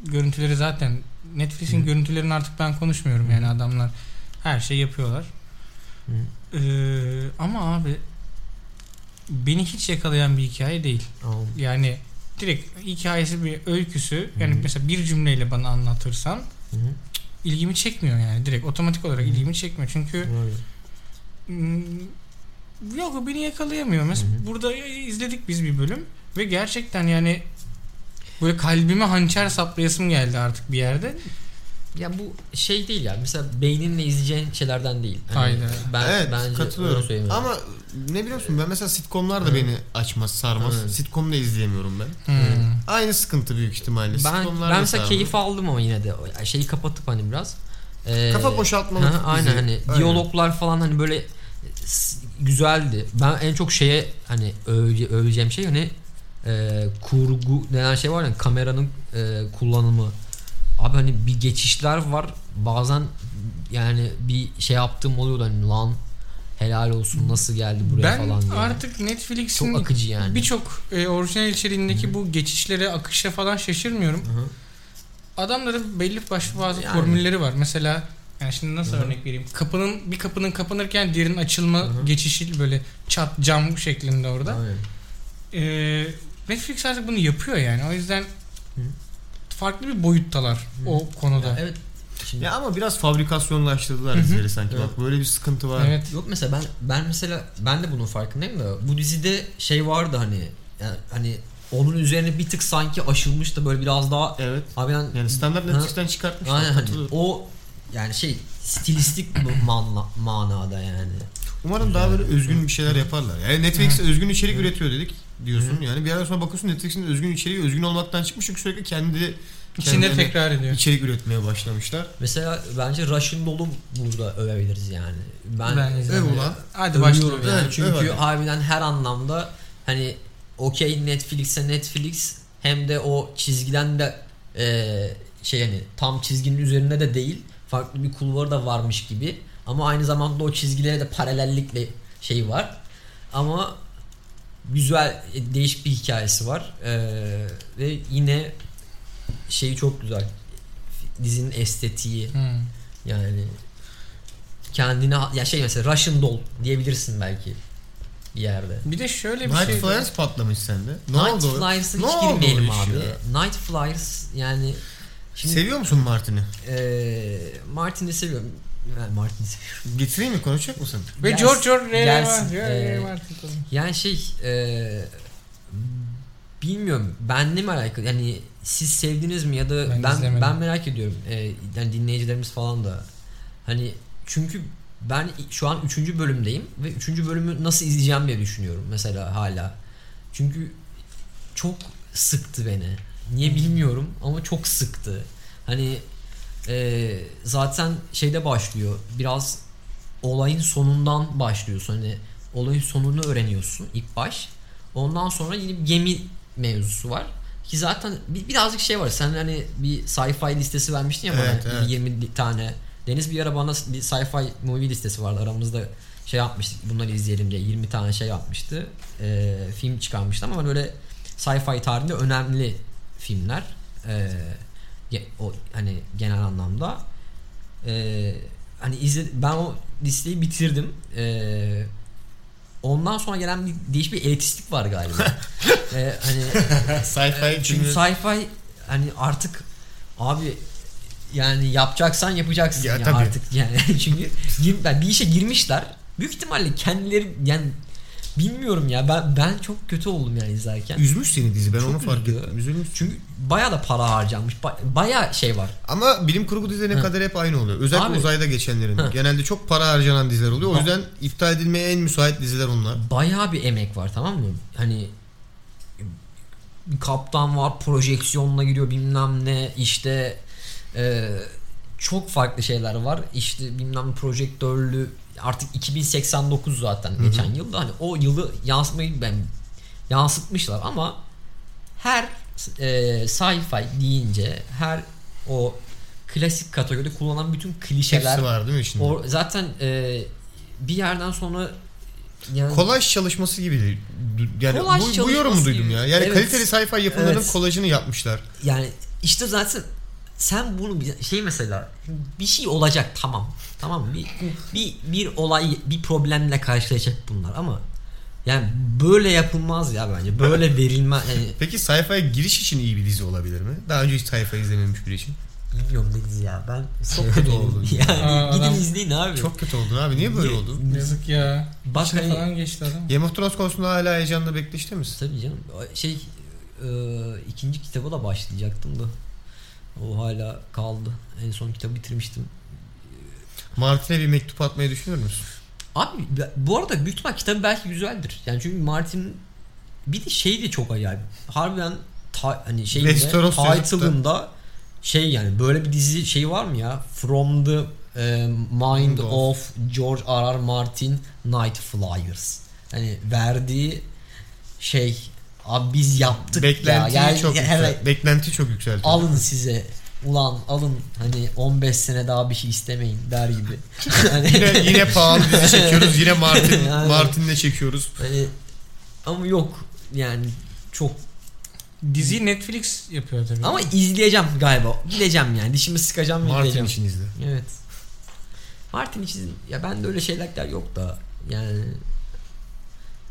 D: Görüntüleri zaten Netflix'in görüntülerini artık ben konuşmuyorum yani adamlar her şey yapıyorlar.
C: Hı.
D: Ee, ama abi beni hiç yakalayan bir hikaye değil.
C: Ama
D: Yani direkt hikayesi bir öyküsü yani mesela bir cümleyle bana anlatırsan
C: Hı hı.
D: ilgimi çekmiyor yani direkt otomatik olarak ilgimi çekmiyor çünkü
C: öyle.
D: Hmm, Yok o beni yakalayamıyor. Mesela burada izledik biz bir bölüm ve gerçekten yani böyle kalbime hançer saplayasım geldi artık bir yerde.
C: Ya bu şey değil ya. Mesela beyninle izleyeceğin şeylerden değil. Hani
D: Hayda.
C: Ben,
A: evet
C: bence öyle
A: katılıyorum.
C: söylemiyorum.
A: Ama ne biliyorsun ben mesela sitcomlar da beni açmaz sarmaz.
C: Evet.
A: Sitcom da izleyemiyorum ben.
D: Hmm.
A: Aynı sıkıntı büyük ihtimalle.
C: ben,
A: Sitcomlar
C: ben
A: da
C: mesela
A: sarmaz.
C: keyif aldım ama yine de o şeyi kapatıp hani biraz. Ee,
A: Kafa boşaltmalı.
C: Ha, [laughs] aynen
A: bizi.
C: hani
A: Aynen.
C: diyaloglar falan hani böyle s- güzeldi. Ben en çok şeye hani öve- öveceğim şey hani e, kurgu denen şey var ya kameranın e, kullanımı. Abi hani bir geçişler var. Bazen yani bir şey yaptığım oluyor hani lan helal olsun nasıl geldi buraya
D: Ben
C: falan diye.
D: artık Netflix'in
C: çok akıcı yani.
D: birçok e, orijinal içeriğindeki bu geçişlere, akışa falan şaşırmıyorum. Adamların belli başlı bazı
C: Yani.
D: formülleri var. Mesela yani şimdi nasıl örnek vereyim? Kapının bir kapının kapanırken diğerinin açılma geçişi böyle çat cam şeklinde orada.
C: Aynen.
D: Ee, Netflix artık bunu yapıyor yani. O yüzden farklı bir boyuttalar o konuda.
C: Ya evet. Şimdi
A: Ya ama biraz fabrikasyonlaştırdılar bizleri sanki. Bak böyle bir sıkıntı var.
D: Evet.
C: Yok mesela ben ben mesela ben de bunun farkındayım da bu dizide şey vardı hani yani hani onun üzerine bir tık sanki aşılmış da böyle biraz daha
A: Evet.
C: abi lan
A: Yani standart
C: Ha.
A: Netflix'ten çıkartmışlar.
C: aynen hani
A: katılıyorum.
C: o yani şey stilistik bu manla, manada yani.
A: Umarım daha böyle özgün bir şeyler yaparlar. Yani Netflix özgün içerik üretiyor dedik diyorsun. Yani bir yerden sonra bakıyorsun Netflix'in özgün içeriği özgün olmaktan çıkmış çünkü sürekli kendi
D: İçinde
A: kendilerine
D: tekrar ediyor.
A: içerik üretmeye başlamışlar.
C: Mesela bence Rush'ın dolu burada övebiliriz yani. Ben,
D: Ben izledim.
A: Ev ulan.
D: Hadi başlıyorum.
C: övüyorum yani.
A: Evet,
C: Çünkü
A: evet.
C: harbiden her anlamda hani okey Netflix'e Netflix hem de o çizgiden de eee, şey hani tam çizginin üzerinde de değil farklı bir kulvarı da varmış gibi ama aynı zamanda o çizgilere de paralellikle şey var ama güzel e, değişik bir hikayesi var Eee, ve yine şeyi çok güzel dizinin estetiği
D: Hmm.
C: yani kendine ya şey mesela Russian Doll diyebilirsin belki bir yerde.
D: Bir de şöyle bir
A: Night
D: şey.
A: Flyers patlamış sende. Ne
C: Night
A: oldu?
C: Flyers'ın
A: Ne
C: hiç
A: oldu o
C: girmeyelim
A: iş
C: abi.
A: ya?
C: Night Flyers yani şimdi
A: Seviyor musun Martin'i?
C: eee Martin'i seviyorum. Ben Martin'i seviyorum.
A: Getireyim mi? Konuşacak mısın?
D: Ve
C: Gelsin-
D: George George R. R.
C: gelsin,
D: Martin.
C: eee, Yani şey eee, bilmiyorum benle mi alakalı yani siz sevdiniz mi ya da
D: Ben
C: ben ben,
D: izlemedim.
C: merak ediyorum Eee, yani dinleyicilerimiz falan da hani çünkü ben şu an 3. bölümdeyim ve 3. bölümü nasıl izleyeceğim diye düşünüyorum mesela hala çünkü çok sıktı beni niye bilmiyorum ama çok sıktı hani eee, zaten şeyde başlıyor biraz olayın sonundan başlıyorsun. Hani olayın sonunu öğreniyorsun ilk baş. Ondan sonra yine bir gemi mevzusu var. Ki zaten bir, birazcık şey var. Sen hani bir sci-fi listesi vermiştin ya bana.
A: Evet,
C: bir
A: evet.
C: 20 tane Deniz bir ara bana bir sci-fi movie listesi vardı. Aramızda şey yapmıştık. Bunları izleyelim diye 20 tane şey yapmıştı. Ee, film çıkarmıştı ama ben öyle sci-fi tarihinde önemli filmler. Ee, ge- o hani genel anlamda. Ee, hani izle ben o listeyi bitirdim. Ee, ondan sonra gelen bir değişik bir elitistik
A: [laughs]
C: var galiba. Ee, hani
A: Sci-fi
C: çünkü
A: çünkü
C: sci-fi hani artık abi yani yapacaksan yapacaksın
A: Ya
C: ya,
A: tabii.
C: artık yani [laughs] çünkü gir- ben bir işe girmişler. Büyük ihtimalle kendileri yani bilmiyorum ya ben ben çok kötü oldum yani izlerken.
A: üzmüş seni dizi ben
C: Çok
A: onu fark
C: üzüyor.
A: ettim. Üzülmüş.
C: Çünkü bayağı da para harcanmış. Ba- bayağı şey var.
A: Ama bilim kurgu dizilerine
C: Hı.
A: kadar hep aynı oluyor. Özellikle
C: Abi.
A: uzayda geçenlerin.
C: Hı.
A: Genelde çok para harcanan diziler oluyor. O
C: Bak.
A: yüzden iptal edilmeye en müsait diziler onlar.
C: Bayağı bir emek var tamam mı? Hani bir kaptan var projeksiyonla giriyor bilmem ne işte e, çok farklı şeyler var işte bilmem ne projektörlü artık 2089 zaten geçen yılda hani o yılı yansıtmayı ben yansıtmışlar ama her e, sci-fi deyince her o klasik kategoride kullanılan bütün klişeler
A: Hepsi var değil mi şimdi?
C: o, zaten e, bir yerden sonra yani
A: Kolaj çalışması gibi. Yani
C: Kolaj
A: bu, bu
C: çalışması
A: yorumu duydum
C: gibi.
A: ya. Yani
C: Evet.
A: kaliteli sci-fi yapımlarının
C: Evet.
A: kolajını yapmışlar.
C: Yani işte zaten sen bunu bir- şey mesela bir şey olacak tamam. Tamam mı? bir bir bir olay bir problemle karşılaşacak bunlar ama yani böyle yapılmaz ya bence. Böyle verilmez yani
A: Peki sci-fi'ye giriş için iyi bir dizi olabilir mi? Daha önce hiç sci-fi izlememiş biri için.
C: bilmiyorum ne dizi ya ben [laughs]
A: Çok kötü oldu.
C: Yani
D: Aa,
C: gidin
D: adam-
C: izleyin abi.
A: Çok kötü oldu abi. Niye böyle
C: Ye-
A: oldu?
D: Yazık ya.
C: Bak
D: İçine
C: hani-
D: falan geçti adam.
A: Game of Thrones konusunda hala heyecanla bekleyişte misin?
C: Tabii canım. Şey e, ikinci kitaba da başlayacaktım da. O hala kaldı. En son kitabı bitirmiştim.
A: Martin'e bir mektup atmayı düşünür müsün?
C: Abi be- bu arada büyük ihtimal kitabı belki güzeldir. Yani çünkü Martin bir de şey de çok acayip. Harbiden ta- hani şeyinde
A: Westeros
C: title'ında şey yani böyle bir dizi şey var mı ya? From the e, Mind
A: Of.
C: of George R.R. Martin Night Flyers. Hani verdiği şey abi biz yaptık
A: Beklentiyi
C: ya. Yani-
A: çok yüksel.
C: evet,
A: Beklenti çok yükseltiyor.
C: alın size ulan alın hani 15 sene daha bir şey istemeyin
A: [laughs]
C: der gibi. Hani-
A: yine, yine pahalı
C: [laughs]
A: dizi çekiyoruz. Yine Martin
C: Aynen.
A: Martin'le çekiyoruz.
C: Hani ama yok yani çok
D: Diziyi Netflix yapıyor tabii.
C: ama izleyeceğim galiba. Gideceğim yani. Dişimi sıkacağım ve
A: Martin
C: gideceğim.
A: için izle.
C: Evet. Martin için ya bende öyle şeyler yok da yani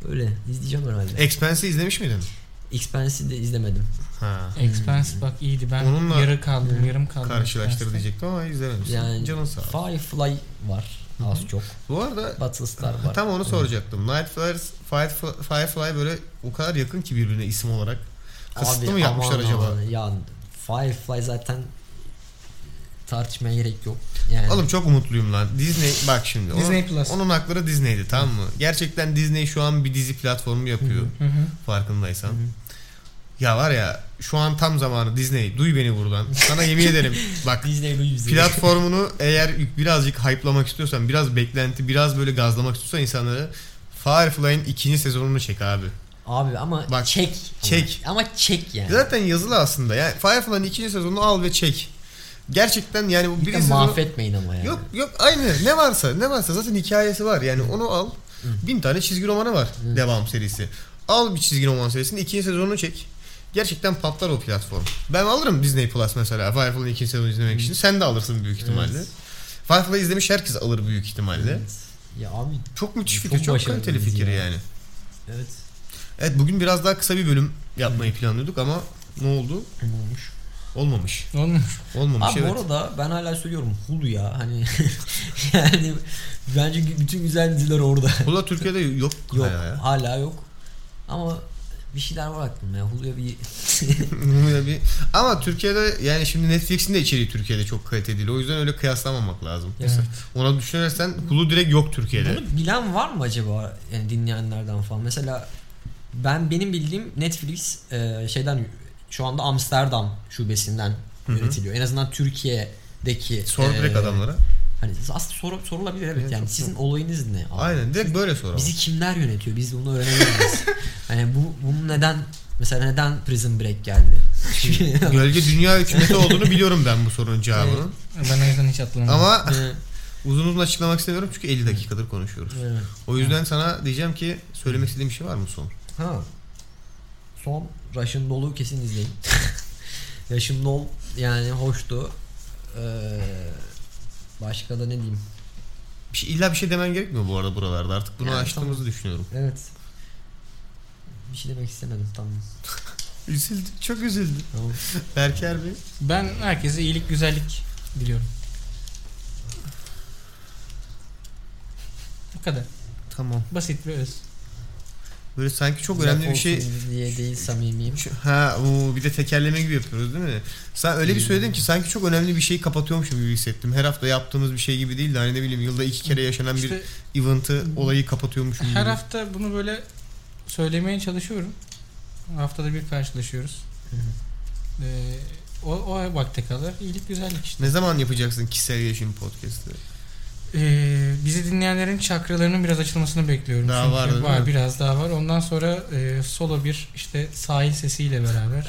C: öyle izleyeceğim herhalde.
A: Expense'i izlemiş miydin? E-
C: Expense'i de izlemedim.
A: Ha.
D: Expense bak iyiydi ben
A: Hmm. Onunla Hmm.
D: yarı kaldım yarım kaldım.
A: Karşılaştır
D: Expense'de.
A: diyecektim ama izlememişsin.
C: Yani
A: Canın sağ ol.
C: Firefly var az çok.
A: Bu arada
C: Battlestar
A: Ha,
C: var.
A: Tam onu soracaktım. Night Flyers, Firefly, Firefly böyle o kadar yakın ki birbirine isim olarak. Kısıtlı
C: Abi,
A: mı yapmışlar
C: aman
A: acaba?
C: aman, ya Firefly zaten tartışmaya gerek yok. Yani
A: Oğlum çok umutluyum lan. Disney bak şimdi. onun-
D: Disney Plus.
A: Onun hakları Disney'di tamam mı? Gerçekten Disney şu an bir dizi platformu yapıyor.
D: Hı hı.
A: farkındaysan. Ya var ya şu an tam zamanı Disney duy beni buradan. Sana yemin
D: [laughs]
A: ederim bak
C: Disney Blue izleyecek.
A: platformunu eğer birazcık hype'lamak istiyorsan biraz beklenti biraz böyle gazlamak istiyorsan insanları Firefly'ın ikinci sezonunu çek abi.
C: Abi ama
A: Bak,
C: çek.
A: çek.
C: Ama, ama çek yani.
A: Zaten yazılı aslında. Yani Firefly'ın ikinci sezonunu al ve çek. Gerçekten yani bu
C: Bir de
A: birinci sezonu...
C: mahvetmeyin ama yani.
A: Yok yok aynı ne varsa ne varsa zaten hikayesi var yani onu al. Bin tane çizgi romanı var devam serisi. Al bir çizgi roman serisini ikinci sezonunu çek. Gerçekten patlar o platform. Ben alırım Disney Plus mesela Firefly'ın ikinci sezonunu izlemek için. Sen de alırsın büyük ihtimalle.
C: Evet.
A: Firefly izlemiş herkes alır büyük ihtimalle.
C: Evet. Ya abi
A: Çok müthiş
C: Çok
A: fikir, çok,
C: başarılı
A: kaliteli
C: bir dizi
A: fikir
C: ya.
A: yani.
C: evet
A: Evet bugün biraz daha kısa bir bölüm yapmayı planlıyorduk ama ne oldu?
C: olmuş.
A: Olmamış.
D: Olmuş.
A: Olmamış
C: Abi
A: evet.
C: bu arada ben hala söylüyorum Hulu ya hani [laughs] yani bence gü- bütün güzel
A: [laughs]
C: diziler orada.
A: Hula Türkiye'de yok.
C: Yok
A: hala ya.
C: hala yok. Ama bir şeyler var aklımda ya. Hulu'ya bir
A: Böyle bir- Ama Türkiye'de yani şimdi Netflix'in de içeriği Türkiye'de çok kaliteli değil. O yüzden öyle kıyaslamamak lazım.
C: Evet.
A: Ona düşünürsen Hulu direkt yok Türkiye'de.
C: Bunu bilen var mı acaba yani dinleyenlerden falan? Mesela ben benim bildiğim Netflix e, şeyden şu anda Amsterdam şubesinden yönetiliyor. En azından Türkiye'deki
A: Sor
C: e,
A: direkt adamlara.
C: Hani aslında soru, sorulabilir evet.
A: Evet,
C: yani
A: çok-
C: sizin olayınız ne? abi?
A: Aynen direkt böyle sor ama.
C: [laughs] Bizi kimler yönetiyor? Biz bunu öğrenemeyiz. hani bu bunu neden Mesela neden Prison Break geldi?
A: Gölge dünya hükümeti olduğunu biliyorum ben bu sorunun cevabının.
D: Ben o yüzden hiç atlamam.
A: Ama
C: Ee,
A: uzun uzun açıklamak istemiyorum çünkü 50 dakikadır konuşuyoruz.
C: [laughs] evet.
A: O yüzden sana diyeceğim ki söylemek istediğin bir şey var mı son?
C: Ha. Son Rush'ın dolu kesin [laughs] izleyin. Yaşım dol yani hoştu. Ee, başka da ne diyeyim?
A: Bir şey, illa bir şey demen gerekmiyor bu arada buralarda. Artık bunu
C: Yani
A: açtığımızı düşünüyorum.
C: Evet. Bir şey demek istemedim tamam.
A: Üzüldüm. Çok üzüldüm.
C: Tamam.
A: Berker Bey.
D: Ben herkese iyilik güzellik diliyorum. Bu kadar.
A: Tamam.
D: Basit ve öz.
A: Böyle sanki çok
C: Uzak
A: önemli bir
C: olsun
A: şey
C: diye değil samimiyim.
A: Şu- Ha bu bir de tekerleme gibi yapıyoruz değil mi? Sen öyle bir söyledin ki sanki çok önemli bir şeyi kapatıyormuşum gibi hissettim. Her hafta yaptığımız bir şey gibi değil de hani ne bileyim yılda iki kere yaşanan bir
D: İşte
A: event'ı olayı kapatıyormuşum gibi.
D: her hafta bunu böyle söylemeye çalışıyorum. Haftada bir karşılaşıyoruz. Ee, o, o vakte kadar iyilik güzellik işte.
A: Ne zaman yapacaksın kişisel gelişim podcast'ı?
D: Ee, bizi dinleyenlerin çakralarının biraz açılmasını bekliyorum.
A: Daha
D: Çünkü
A: var, değil mi?
D: biraz daha var. Ondan sonra e, solo bir işte sahil sesiyle beraber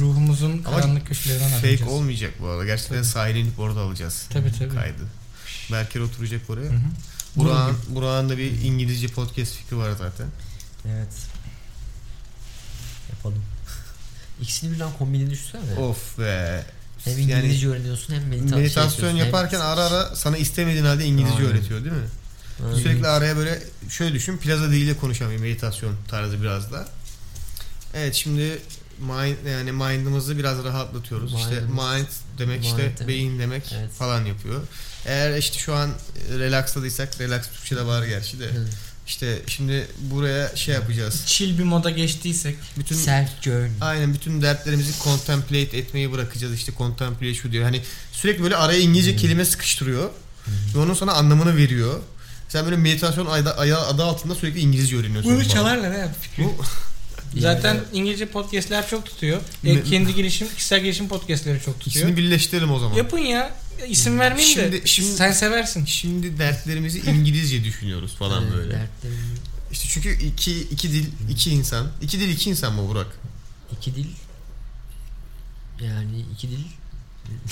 D: ruhumuzun
A: Ama
D: karanlık köşelerinden
A: Fake
D: arayacağız.
A: olmayacak bu arada. Gerçekten
D: Tabii.
A: sahile inip orada alacağız.
D: Tabii, tabii.
A: Kaydı. Berker oturacak oraya.
D: Hı hı.
A: Burak'ın Burak'ın da bir İngilizce podcast fikri var zaten.
C: Evet. Yapalım. [laughs] İkisini birden kombine düşünsene.
A: Of be.
C: Hem İngilizce öğreniyorsun hem meditasyon,
A: meditasyon
C: yapıyorsun. Hem-
A: yaparken ara ara sana istemediğin halde İngilizce
C: Aynen.
A: öğretiyor değil mi?
C: Aynen.
A: Sürekli araya böyle şöyle düşün plaza diliyle konuşan bir meditasyon tarzı biraz da. Evet şimdi mind yani mind'ımızı biraz rahatlatıyoruz. işte
C: Mind'ımız-
A: mind demek işte
C: Mind demek.
A: beyin demek
C: Evet.
A: falan yapıyor. Eğer işte şu an relaxladıysak relax Türkçe'de var gerçi de.
C: Evet.
A: İşte şimdi buraya şey yapacağız.
D: Chill bir moda geçtiysek
A: Bütün
C: Self journey.
A: Aynen bütün dertlerimizi contemplate etmeyi bırakacağız işte contemplate şu diyor. Hani sürekli böyle araya İngilizce kelime sıkıştırıyor ve onun sana anlamını veriyor. Sen böyle meditasyon ayda, aya- adı altında sürekli İngilizce öğreniyorsun.
D: Bunu
A: falan.
D: çalarlar ha.
A: Bu-
D: Zaten İngilizce podcastler çok tutuyor.
A: Me-
D: E, kendi gelişim, kişisel gelişim podcastleri çok tutuyor.
A: İkisini birleştirelim o zaman.
D: Yapın ya. İsim vermeyeyim
A: Şimdi-
D: de.
A: şimdi-
D: sen seversin.
A: Şimdi dertlerimizi İngilizce düşünüyoruz falan
C: Evet,
A: böyle.
C: dertlerim-
A: İşte çünkü iki, iki dil, iki insan. İki dil iki insan mı Burak?
C: İki dil. Yani iki dil. [laughs]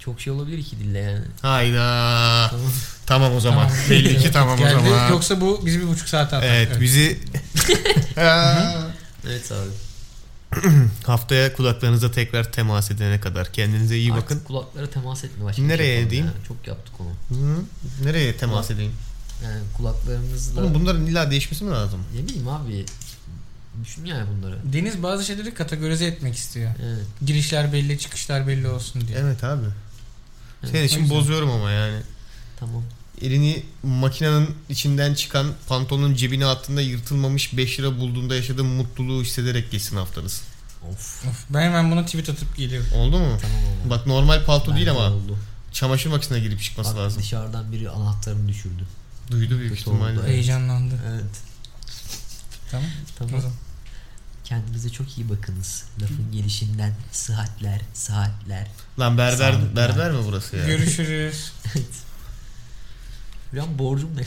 C: Çok şey olabilir iki dille yani.
A: Hayda.
C: Tamam.
A: Tamam o zaman. Belli ki tamam o
D: Geldi.
A: zaman.
D: Yoksa bu bizi bir buçuk saat atar.
A: Evet bizi... Ha.
C: Evet abi.
A: Haftaya kulaklarınıza tekrar temas edene kadar kendinize iyi
C: Artık
A: bakın.
C: kulaklara temas etme başladık.
A: Nereye
C: yapalım
A: edeyim?
C: ya. Çok yaptık onu.
A: Hı? Nereye temas edeyim?
C: Yani kulaklarımızla...
A: Oğlum bunların illa değişmesi mi lazım?
C: Ne bileyim abi. Düşün yani bunları.
D: Deniz bazı şeyleri kategorize etmek istiyor.
C: Evet.
D: Girişler belli, çıkışlar belli olsun diye.
A: Evet abi.
C: Evet,
A: Senin için
D: o yüzden.
A: bozuyorum ama yani.
C: Tamam.
A: Elini makinenin içinden çıkan pantolonun cebine attığında yırtılmamış 5 lira bulduğunda yaşadığın mutluluğu hissederek geçsin haftanız.
C: Of.
D: Of, ben hemen buna tweet atıp geliyorum.
A: Oldu mu?
C: Tamam ama.
A: Bak normal palto değil
C: Bence
A: ama
C: Oldu.
A: çamaşır makinesine girip çıkması
C: Bak,
A: lazım.
C: Dışarıdan biri anahtarını düşürdü.
A: Duydu büyük
C: Kötü oldu.
A: ihtimalle.
C: Evet.
D: Heyecanlandı.
C: Evet.
D: Tamam. O
C: Tamam.
D: zaman.
C: Kendinize çok iyi bakınız. Lafın gelişinden sıhhatler, [laughs] saatler.
A: Lan berber
C: Sağ ol.
A: berber mi burası ya?
D: Görüşürüz.
C: Ulan borcum ne?